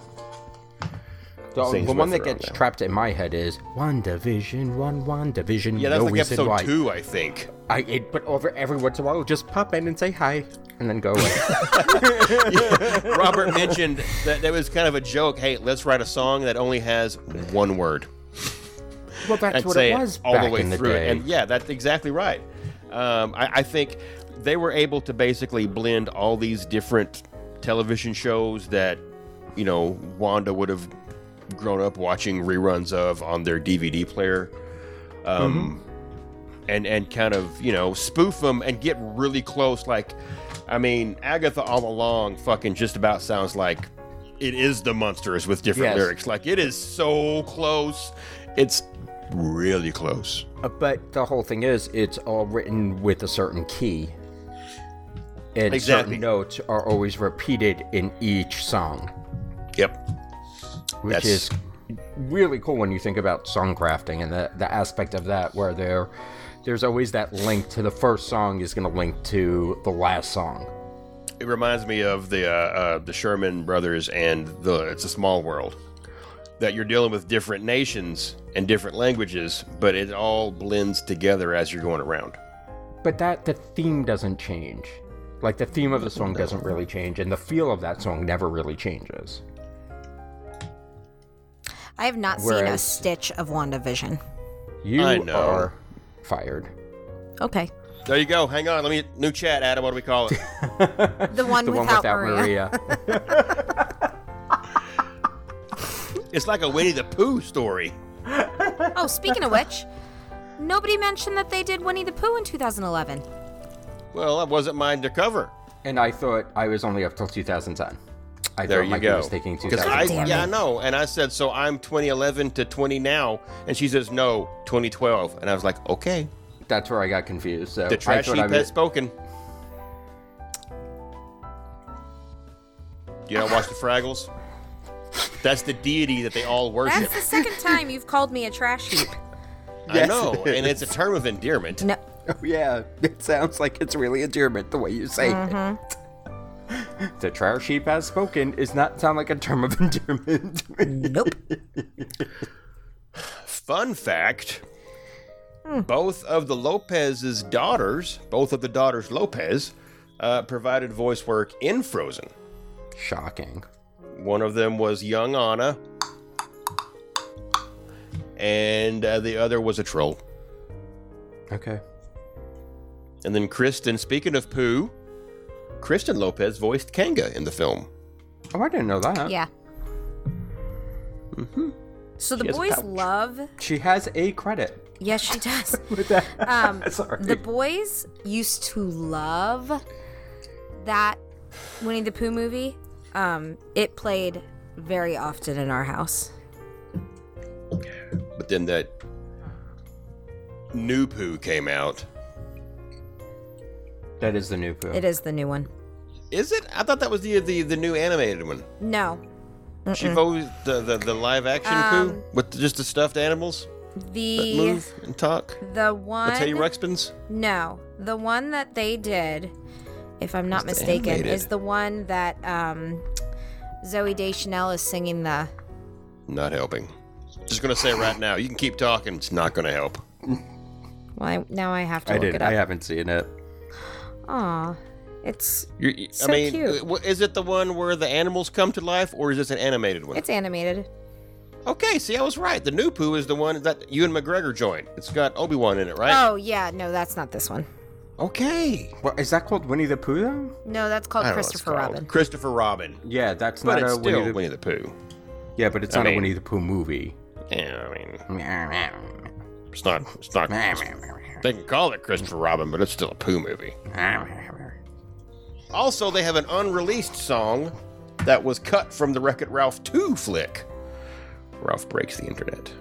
The,
Sings
the one
with
that
her on
gets
that one.
trapped in my head is one division, one one division.
Yeah, that's
no
like
reason
episode
why.
two, I think.
I it, but over every once in a while, just pop in and say hi, and then go away.
Robert mentioned that that was kind of a joke. Hey, let's write a song that only has one word.
well, that's
I'd
what
say
it was
all
back
the way
in the
through.
day.
And yeah, that's exactly right. Um, I, I think they were able to basically blend all these different television shows that you know Wanda would have grown up watching reruns of on their DVD player, um, and and kind of you know spoof them and get really close. Like, I mean, Agatha all along fucking just about sounds like. It is the monsters with different
Yes.
lyrics. Like it is so close. It's really close.
Uh, But the whole thing is, it's all written with a certain key. And
Exactly.
certain notes are always repeated in each song,
Yep.
which
That's-
is really cool when you think about song crafting and the, the aspect of that where there there's always that link to the first song is going to link to the last song.
It reminds me of the uh, uh, the Sherman brothers and the It's a Small World. That you're dealing with different nations and different languages, but it all blends together as you're going around.
But that the theme doesn't change. Like the theme of the song doesn't really change and the feel of that song never really changes.
I have not seen a
Whereas-
stitch of WandaVision.
You
I know.
are fired.
Okay.
There you go. Hang on. Let me new chat, Adam. What do we call it?
The one,
The one
without,
without
Maria.
Maria.
it's like a Winnie the Pooh story.
Oh, speaking of which, nobody mentioned that they did Winnie the Pooh in 2011.
Well, that wasn't my undercover.
And I thought I was only up till 2010. I
There
thought
you
Mike
go.
was taking
I,
2010.
Damn
yeah,
it.
I know. And I said, so I'm 2011 to 20 now, and she says no, 2012. And I was like, okay.
That's where I got confused. So
The
I
trash
thought
heap
I
has
was,
spoken. You don't watch the Fraggles? That's the deity that they all worship.
That's the second time you've called me a trash heap.
I know, and it's a term of endearment.
No,
yeah, it sounds like it's really endearment the way you say
Mm-hmm.
it. The trash heap has spoken is not sound like a term of endearment.
nope.
Fun fact both of the Lopez's daughters, both of the daughters Lopez, uh, provided voice work in Frozen.
Shocking.
One of them was young Anna, and uh, the other was a troll.
Okay.
And then Kristen, speaking of poo, Kristen Lopez voiced Kanga in the film.
Oh, I didn't know that.
Yeah. So the
She has a
boys
pouch.
love.
She has a credit
Yes, she does.
with that.
Um,
Sorry.
the boys used to love that Winnie the Pooh movie. Um, it played very often in our house.
But then that new poo came out.
that is the new poo.
It is the new one.
Is it? I thought that was the the, the new animated one.
No,
She voiced the, the, the live action
Um,
poo with just the stuffed animals that
the
move and talk.
the one.
That's how you Rexpins?
No, the one that they did, if I'm not
It's the
mistaken,
animated.
is the one that um, Zoe Deschanel is singing the.
Not helping. Just gonna say right now, you can keep talking. It's not gonna help.
Well, I, now I have to
I
look
uh,
did.
it
I
up.
haven't seen it.
Aw. It's
You're, you- I
So
mean,
cute.
w- is it the one where the animals come to life, or is this an animated one?
it's animated.
okay, see, I was right. The new poo is the one that you and McGregor joined. It's got Obi Wan in it, right?
Oh yeah, no, that's not this one.
Okay.
Well, is that called Winnie the Pooh though?
No, that's
I
called
don't know what it's
Oh, Christopher
called.
Robin.
Christopher Robin.
Yeah, that's
But
not
it's
a
still
Winnie the
Winnie the Pooh.
Yeah, but it's
I
not
mean-
a Winnie the Pooh movie.
Yeah, I mean,
That's
it's not. It's not. they can call it Christopher Robin, but it's still a Pooh movie. Also, they have an unreleased song that was cut from the Wreck It Ralph 2 flick. Ralph breaks the internet.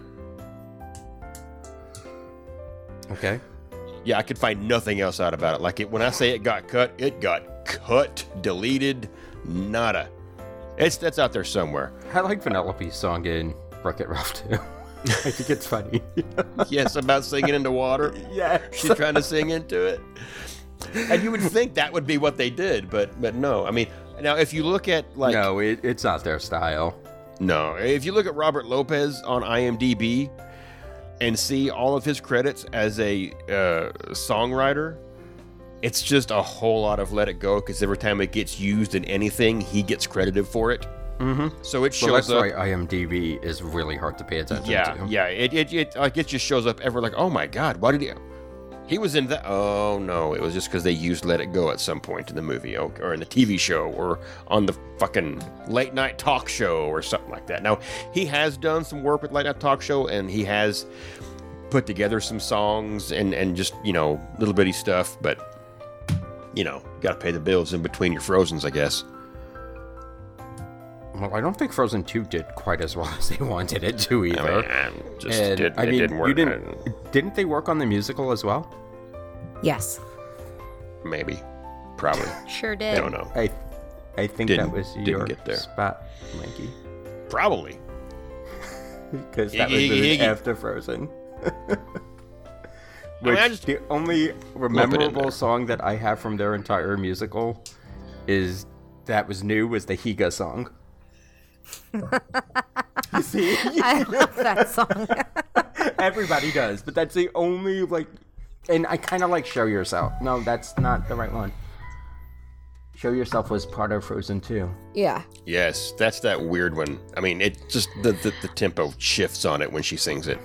Okay.
Yeah, I could find nothing else out about it. Like it, when I say it got cut, it got cut, deleted, nada. It's that's out there somewhere.
I like Penelope's song in Wreck It Ralph too. I think it's funny.
Yes, about singing into water.
yeah.
She's trying to sing into it. And you would think that would be what they did, but but no. I mean, now if you look at like
no, it, it's not their style.
No, if you look at Robert Lopez on IMDb and see all of his credits as a uh, songwriter, it's just a whole lot of "Let It Go" because every time it gets used in anything, he gets credited for it. Mm-hmm. So it
Well,
shows
that's
up.
why IMDb is really hard to pay attention
Yeah,
to.
yeah. It, it it like it just shows up everywhere. Like, oh my god, why did he? He was in that. Oh no, it was just because they used "Let It Go" at some point in the movie, or, or in the TV show, or on the fucking late night talk show, or something like that. Now he has done some work with late night talk show, and he has put together some songs and and just you know little bitty stuff, but you know, gotta pay the bills in between your frozens, I guess.
Well, I don't think Frozen 2 did quite as well as they wanted it to either.
I mean, I'm just
And,
it,
I
it
mean,
didn't work. uh,
you didn't. Didn't they work on the musical as well?
Yes,
Maybe, probably.
sure
I
did.
don't know.
I, I think
Didn't-
that was
didn't
your
get there.
spot, Mikey,
Probably.
because that was
Iggy,
the
Iggy.
after Frozen.
I mean,
Which
I just-
the only
there.
memorable song that I have from their entire musical is that was new was the Higa song. you see,
I love that song.
everybody does, but that's the only like, and I kind of like Show Yourself. No, that's not the right one. Show Yourself was part of Frozen too.
yeah,
Yes, that's that weird one. I mean, it just the, the the tempo shifts on it when she sings it.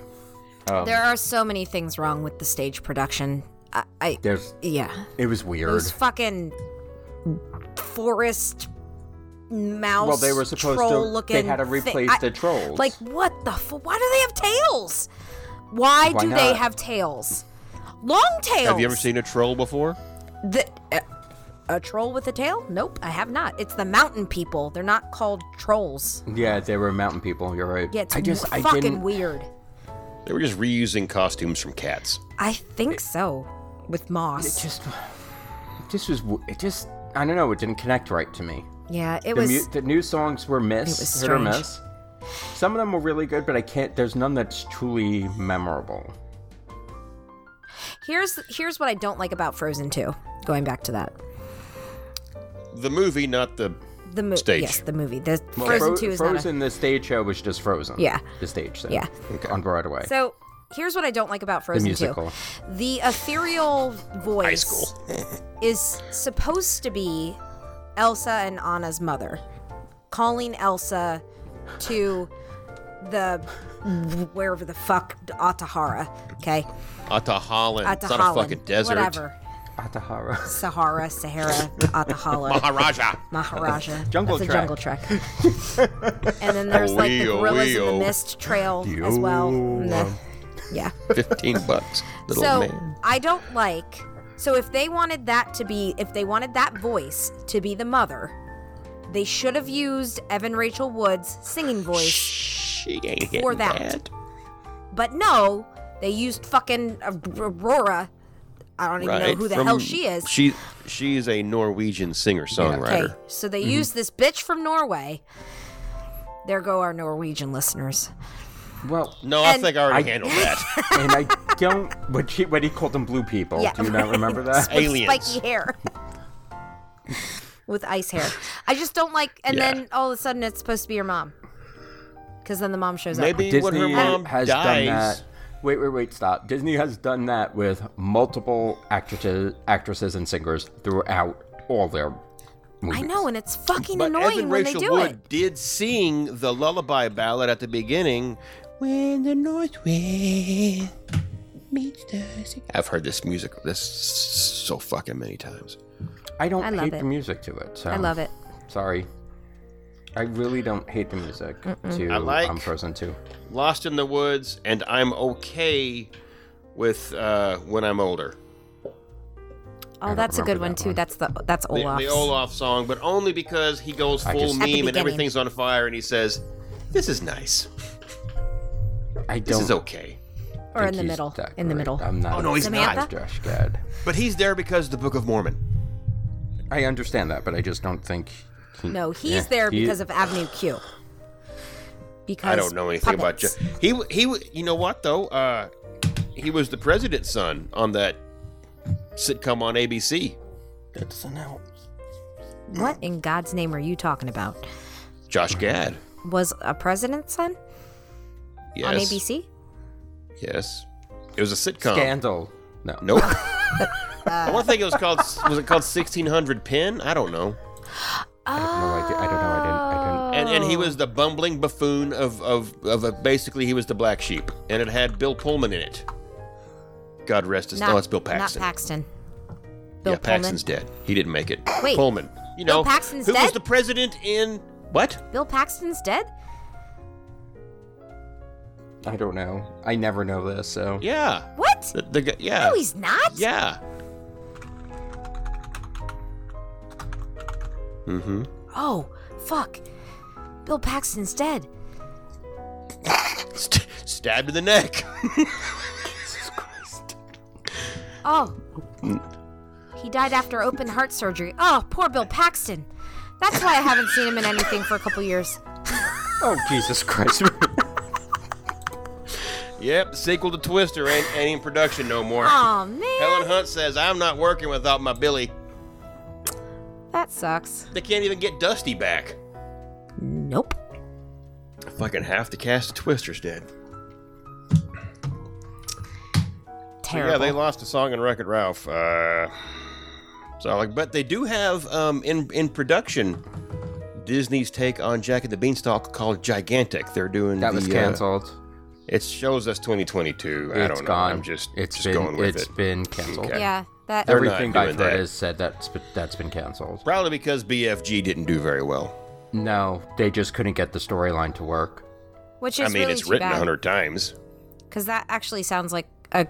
Um,
there are so many things wrong with the stage production. I, I
There's,
yeah,
it was weird.
it was fucking forest mouse.
Well, they were supposed to.
troll-looking
They had to
thi-
replace
I-
the trolls.
Like, what the? F- why do they have tails? Why,
Why
do they
not?
have tails? Long tails.
Have you ever seen a troll before?
the, uh, a troll with a tail? Nope, I have not. It's the mountain people. They're not called trolls.
yeah, they were mountain people. You're right.
Yeah, it's
I just, I
fucking
didn't.
weird.
They were just reusing costumes from cats.
I think so. With moss.
It just, it just was. w- It just, I don't know. It didn't connect right to me.
yeah, it
The,
was.
mu- the new songs were miss,
was
hit or
strange.
miss. Some of them were really good, but I can't. There's none that's truly memorable.
here's here's what I don't like about Frozen 2. Going back to that.
The movie, not the.
The movie.
Stage.
Yes, the movie. The
Well,
Frozen
Fro-
2 is not a-
Frozen. the stage show was just Frozen.
Yeah.
the stage show.
Yeah.
on Broadway.
So here's what I don't like about Frozen
musical.
2. The ethereal voice is supposed to be Elsa and Anna's mother, calling Elsa to the wherever the fuck Atahara. Okay,
Atahalan. It's not a
Atahalan,
fucking desert.
Whatever,
Atahara.
Sahara, Sahara, Atahala.
Maharaja.
Maharaja.
Jungle
That's
Trek.
a jungle trek. and then there's like the
Wee-oh,
gorillas in
wee-oh.
the mist trail as well. and the- yeah.
15 bucks. Little
so
man.
I don't like. So if they wanted that to be, if they wanted that voice to be the mother, they should have used Evan Rachel Wood's singing voice.
She ain't
for
getting
that. But no, they used fucking Aurora. I don't even know
Right,
who the
from-
hell she is.
She she's a Norwegian singer
okay,
songwriter.
so they used this bitch from Norway. There go our Norwegian listeners.
Well,
No, I
And-
think I already
I-
handled that.
and I don't. What he, what he called them, blue people.
Yeah.
Do you not remember that?
with
Aliens.
spiky hair. with ice hair. I just don't like. And
Yeah.
then all of a sudden, it's supposed to be your mom. Because then the mom shows up.
Maybe when her
Disney
mom
has
dies.
done that. Wait, wait, wait! Stop. Disney has done that with multiple actresses, actresses and singers throughout all their movies.
I know, and it's fucking
But
annoying
Evan
when
Rachel
they do
Wood
it.
did sing the lullaby ballad at the beginning. When the north wind meets the sea. I've heard this music this so fucking many times.
I don't
I love
hate
it.
the music to it. So
I love it.
Sorry. I really don't hate the music to
I like-
um, Frozen 2.
Lost in the Woods, and I'm okay with uh, when I'm older.
Oh, that's a good
remember
one
that
too.
one.
That's the that's
The,
Olaf's.
the Olaf song, but only because he goes full
just- At the
meme and
beginning.
everything's on fire, and he says, "This is nice.
I don't.
This is okay."
or in
think
the
he's
middle.
that
In the
great.
middle.
I'm not.
Oh no, he's
Samantha?
not.
Josh Gad.
But he's there because of the Book of Mormon.
I understand that, but I just don't think. He,
No, he's
Yeah,
there
he-
because of Avenue Q. Because
I don't know anything about you.
puppets.
He w- he w- you know what though? Uh, he was the president's son on that sitcom on ABC.
That doesn't help.
What in God's name are you talking about?
Josh Gad.
Was a president's son
Yes.
on ABC?
Yes. It was a sitcom.
Scandal. No.
Nope. I want to think it was called. Was it called 1600 Pin? I don't know.
I have no idea. I don't know. I didn't. I didn't.
And and he was the bumbling buffoon of of of a, basically he was the black sheep, and it had Bill Pullman in it. God rest his.
Not,
no, it's Bill
Not
Paxton.
Paxton. Bill
yeah,
Pullman.
Paxton's dead. He didn't make it.
Wait,
Pullman. You
Bill
know,
Paxton's
who was
dead?
the president in what?
Bill Paxton's dead?
I don't know. I never know this. So
Yeah.
What?
The, the, guy- yeah.
No, he's not.
yeah. Mm-hmm.
Oh, fuck. Bill Paxton's dead.
St- stabbed in the neck.
Oh.
Mm.
He died after open heart surgery. Oh, poor Bill Paxton. That's why I haven't seen him in anything for a couple years.
Oh Jesus Christ.
yep. Sequel to Twister ain't, ain't in production no more.
Oh, man.
Helen Hunt says, I'm not working without my Billy.
That sucks.
They can't even get Dusty back.
Nope.
Fucking half the cast of Twister's dead.
Terrible.
Yeah, they lost a song in Wreck It Ralph. Uh, so, like, but they do have um, in in production Disney's take on Jack and the Beanstalk called Gigantic. They're doing
that was
the, uh,
canceled.
it shows us 2022. I
It's
don't know.
gone.
I'm just
It's
just
been,
going with
it's
it.
been canceled.
Okay.
Yeah, that.
They're not
Everything
doing
I've heard
that.
is said that's be- that's been canceled.
Probably because BFG didn't do very well.
No, they just couldn't get the storyline to work.
Which
I
is
mean,
really
it's written a
too bad.
hundred times.
Because that actually sounds like a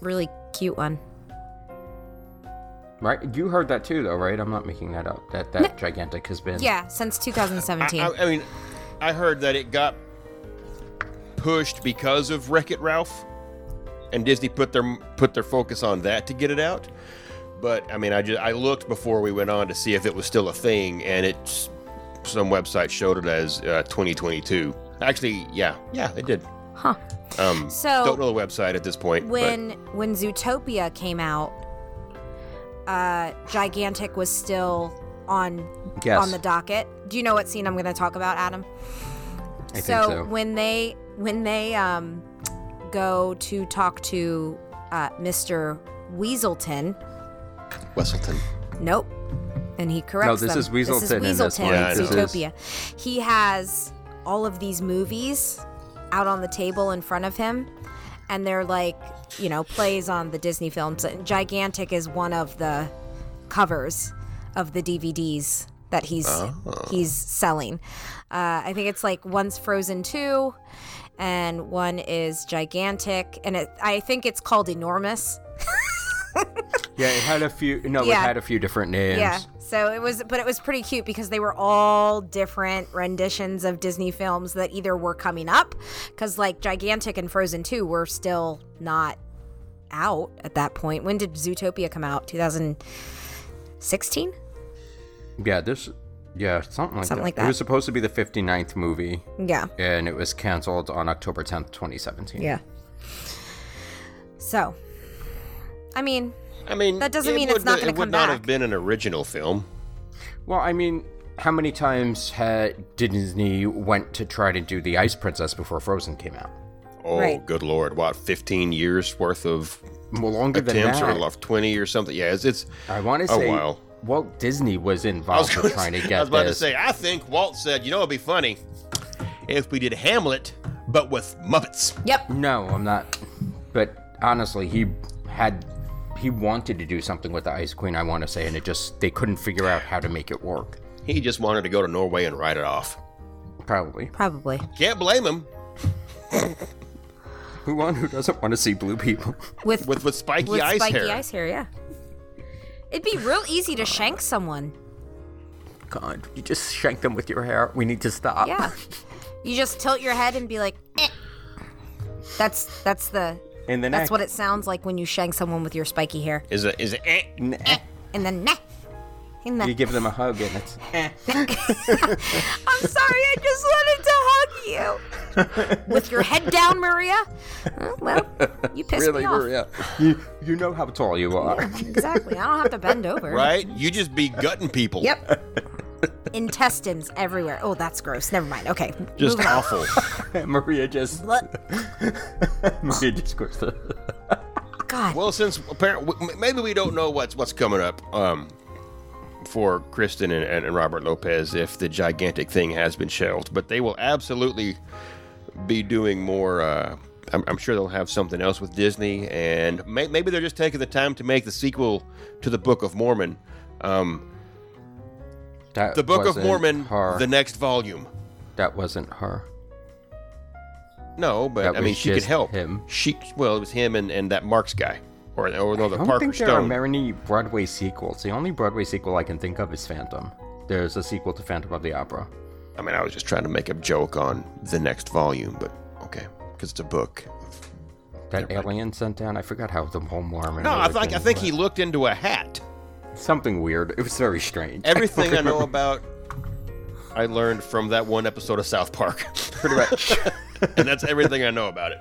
really cute one.
Right? You heard that too, though, right? I'm not making that up. That that gigantic has been.
Yeah, since 2017.
I, I, I mean, I heard that it got pushed because of Wreck It Ralph, and Disney put their put their focus on that to get it out. But I mean, I just I looked before we went on to see if it was still a thing, and it's some website showed it as uh, 2022. Actually, yeah, yeah, it did.
huh.
Um,
So-
don't know the website at this point. but-
When when Zootopia came out, uh, Gigantic was still on
Yes.
on the docket. Do you know what scene I'm going to talk about, Adam? so,
I think so.
when they when they um go to talk to uh, Mr. Weaselton,
Wesselton,
Nope. And he corrects
this
them.
is Weaselton
This is
in this
Weaselton.
one.
Yeah,
it's
I
know.
Utopia. He has all of these movies out on the table in front of him, and they're like, you know, plays on the Disney films. And Gigantic is one of the covers of the DVDs that he's
Oh.
he's selling. Uh, I think it's like one's Frozen Two, and one is Gigantic, and it, I think it's called Enormous.
Yeah, it had a few. No,
Yeah.
it had a few different names.
Yeah. So it was, but it was pretty cute because they were all different renditions of Disney films that either were coming up, because like Gigantic and Frozen 2 were still not out at that point. When did Zootopia come out? 2016?
Yeah, this. Yeah, something like
Something
that.
like
It
that.
was supposed to be the 59th movie,
Yeah.
and it was canceled on October 10th, 2017.
Yeah. So, I mean,
I mean,
That doesn't
it
mean it's
would-
not gonna
It would
come
not
back.
have been an original film.
Well, I mean, how many times had Disney went to try to do the Ice Princess before Frozen came out?
Oh,
Right.
good lord! What, 15 years worth of
Well, longer than
attempts
that.
or left 20 or something. Yeah, it's, it's
I want to
a
say
while.
Walt Disney was
I was,
involved
gonna
in trying to
say-
get
I was about
this.
to say, I think Walt said, you know, it'd be funny if we did Hamlet, but with Muppets.
Yep.
No, I'm not. But honestly, he had he wanted to do something with the Ice Queen. I want to say, and it just they couldn't figure out how to make it work.
He just wanted to go to Norway and write it off.
Probably.
Probably.
Can't blame him
Who one who doesn't want to see blue people?
With
with, with spiky
with
ice
spiky
hair.
ice hair, yeah. It'd be real easy to shank someone.
God, you just shank them with your hair. We need to stop.
Yeah. You just tilt your head and be like, eh. That's that's the
And the
that's
neck.
what it sounds like when you shank someone with your spiky hair.
Is it? Is it? eh.
Nah.
And then nah. And then
You give them a hug and it's. eh.
I'm sorry, I just wanted to hug you. with your head down, Maria. Oh, well, you pissed
Really,
me off.
Maria. You, you know how tall you are.
Exactly. I don't have to bend over.
Right? You just be gutting people.
Yep. Intestines everywhere. Oh, that's gross. Never mind. Okay.
Just awful.
Maria just. Maria just goes to.
Oh, God.
Well, since apparently maybe we don't know what's what's coming up um, for Kristen and, and, and Robert Lopez if the gigantic thing has been shelved, but they will absolutely be doing more. Uh, I'm, I'm sure they'll have something else with Disney, and may, maybe they're just taking the time to make the sequel to the Book of Mormon, um,
That
the Book of
wasn't
Mormon,
Her.
the next volume.
that wasn't her.
No, but
That
I mean
was
she could
just
help
him.
She well, it was him and, and that Marks guy, or or no, the
I don't
Parker
think there
Stone.
are many Broadway sequels. The only Broadway sequel I can think of is Phantom. There's a sequel to Phantom of the Opera.
I mean, I was just trying to make a joke on the next volume, but okay, because it's a book.
That alien sent down. I forgot how the whole Mormon.
No, I think I
religion
think he
worked.
looked into a hat.
something weird. It was very strange.
Oh.
Everything I know about, I learned from that one episode of South Park,
pretty much.
and that's everything I know about it.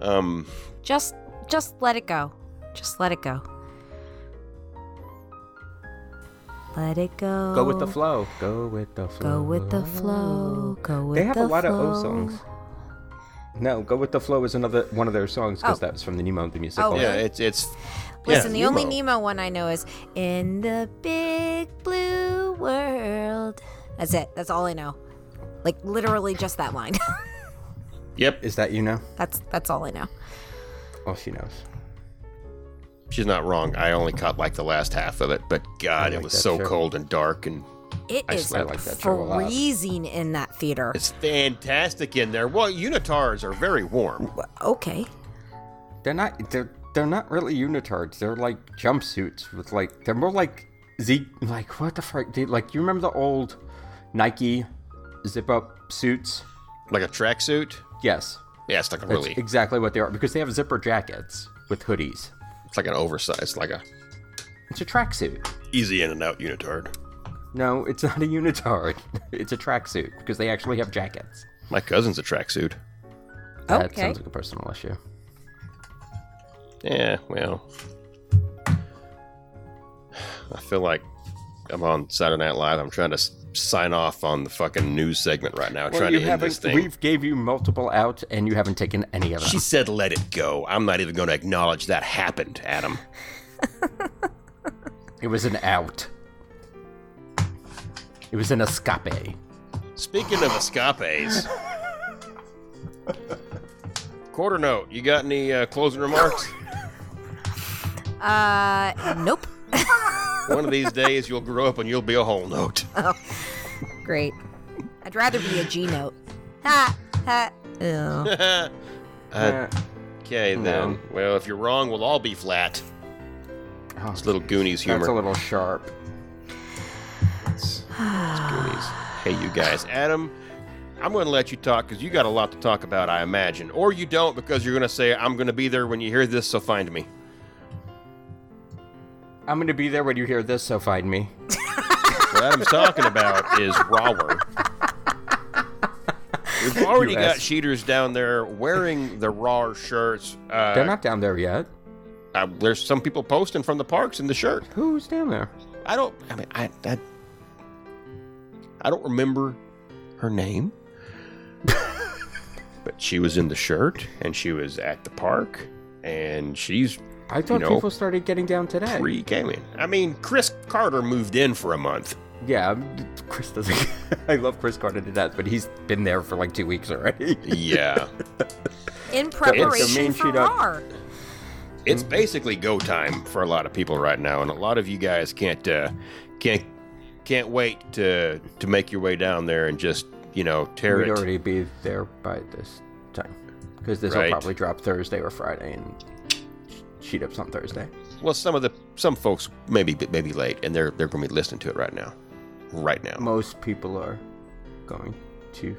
Um,
Just just let it go. Just let it go. Let it go.
Go with the flow. Go with the flow.
Go with the flow. Go with
They have
the
a lot
flow.
of O songs. No, Go with the flow is another one of their songs because
Oh.
that was from the Nemo the musical.
Oh,
yeah,
really?
it's it's
Listen,
yeah,
the only
Nemo.
Nemo one I know is in the big blue world. That's it. That's all I know. Like literally just that line.
Yep,
Is that you know?
that's that's all I know.
Oh, she knows.
she's not wrong. I only caught like the last half of it, but God, it
like
was
that
so
show.
cold and dark, and
It
I
is
swear I like that show a lot.
freezing in that theater.
it's fantastic in there. Well, unitars are very warm.
Okay.
They're not. They're they're not really unitards. They're like jumpsuits with like. They're more like Z. Like what the frick? They, like you remember the old Nike zip up suits?
Like a tracksuit.
Yes,
Yeah, it's like a
that's
really
exactly what they are because they have zipper jackets with hoodies.
It's like an oversized, like a
It's a tracksuit.
easy in and out unitard.
No, it's not a unitard. It's a tracksuit because they actually have jackets.
My cousin's a tracksuit.
That
Okay.
sounds like a personal issue.
Yeah, well, I feel like I'm on Saturday Night Live. I'm trying to s- sign off on the fucking news segment right now. trying to end this thing.
We've gave you multiple out, and you haven't taken any of them.
She said, "Let it go." I'm not even going to acknowledge that happened, Adam.
It was an out. It was an escape.
Speaking of escapes, quarter note. You got any uh, closing remarks?
Uh, nope.
One of these days, you'll grow up and you'll be a whole note.
Great. I'd rather be a G note. Ha ha. Ew.
Uh, Okay, then.
No.
Well, if you're wrong, we'll all be flat.
Oh,
It's little Goonies humor.
That's a little sharp.
It's- it's Goonies. Hey, you guys. Adam, I'm going to let you talk because you got a lot to talk about, I imagine. Or you don't because you're going to say, I'm going to be there when you hear this, so find me.
I'm gonna be there when you hear this, so find me.
What Adam's talking about is Rower. We've already got
ass.
cheaters down there wearing the raw shirts. Uh,
They're not down there yet.
uh, there's some people posting from the parks in the shirt.
Who's down there?
I don't. I mean, I, I, I don't remember her name, but she was in the shirt, and she was at the park, and she's
I
you
thought
know,
people started getting down today.
pre gaming. I mean, Chris Carter moved in for a month.
Yeah, I'm- Chris doesn't. I love Chris Carter to death, but he's been there for like two weeks already.
Yeah.
in
main
preparation for
sheet up.
RAR.
it's basically go time for a lot of people right now, and a lot of you guys can't uh, can't can't wait to to make your way down there and just you know tear
We'd
it.
already be there by this time because this
Right.
will probably drop Thursday or Friday, and sheet ups on Thursday.
Well, some of the some folks maybe maybe late, and they're they're going to be listening to it right now, right now.
Most people are going to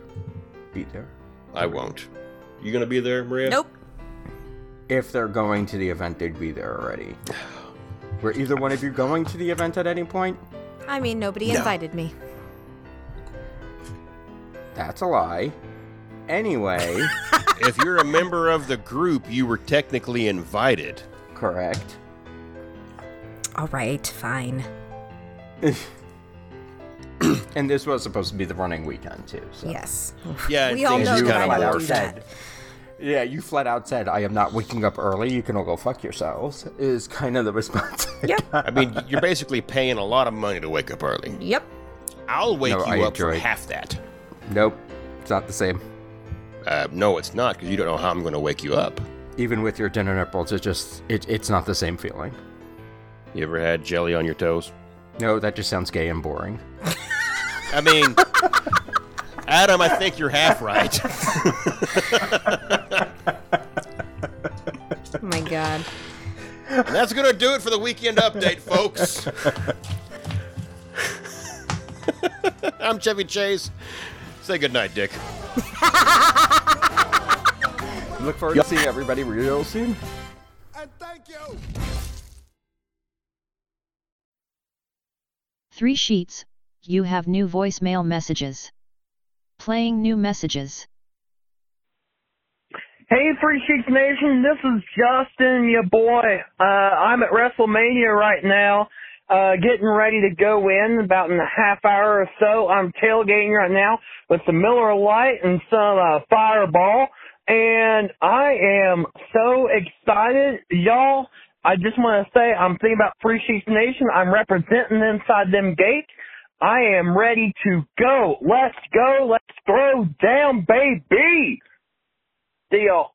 be there
I won't. You going to be there, Maria?
Nope.
if they're going to the event. They'd be there already. Were either one of you going to the event at any point?
I mean, nobody invited me.
That's a lie. Anyway,
if you're a member of the group, you were technically invited.
correct.
All right, fine.
And this was supposed to be the running weekend too. So.
Yes.
Yeah, and
we all
things
know
just
that
kinda
I don't
morphed.
do that.
Yeah, you flat out said, I am not waking up early. You can all go fuck yourselves, is kind of the response.
Yep.
I mean, you're basically paying a lot of money to wake up early.
Yep.
I'll wake
No,
you
I
up for
enjoy-
half that.
nope, it's not the same.
Uh, no, it's not because you don't know how I'm going to wake you up.
Even with your dinner nipples, it's just, it, it's not the same feeling.
You ever had jelly on your toes?
No, that just sounds gay and boring.
I mean, Adam, I think you're half right.
Oh my God.
And that's going to do it for the weekend update, folks. I'm Chevy Chase. Say goodnight, Dick.
Look forward to seeing everybody real soon.
And thank you.
Three sheets, you have new voicemail messages. Playing new messages.
Hey, Free Sheets Nation, this is Justin, your boy. Uh, I'm at WrestleMania right now, uh, getting ready to go in about in a half hour or so. I'm tailgating right now with some Miller Lite and some, uh, Fireball. And I am so excited, y'all. I just want to say I'm thinking about Free Sheets Nation. I'm representing inside them gates. I am ready to go. Let's go. Let's throw down, baby. Deal.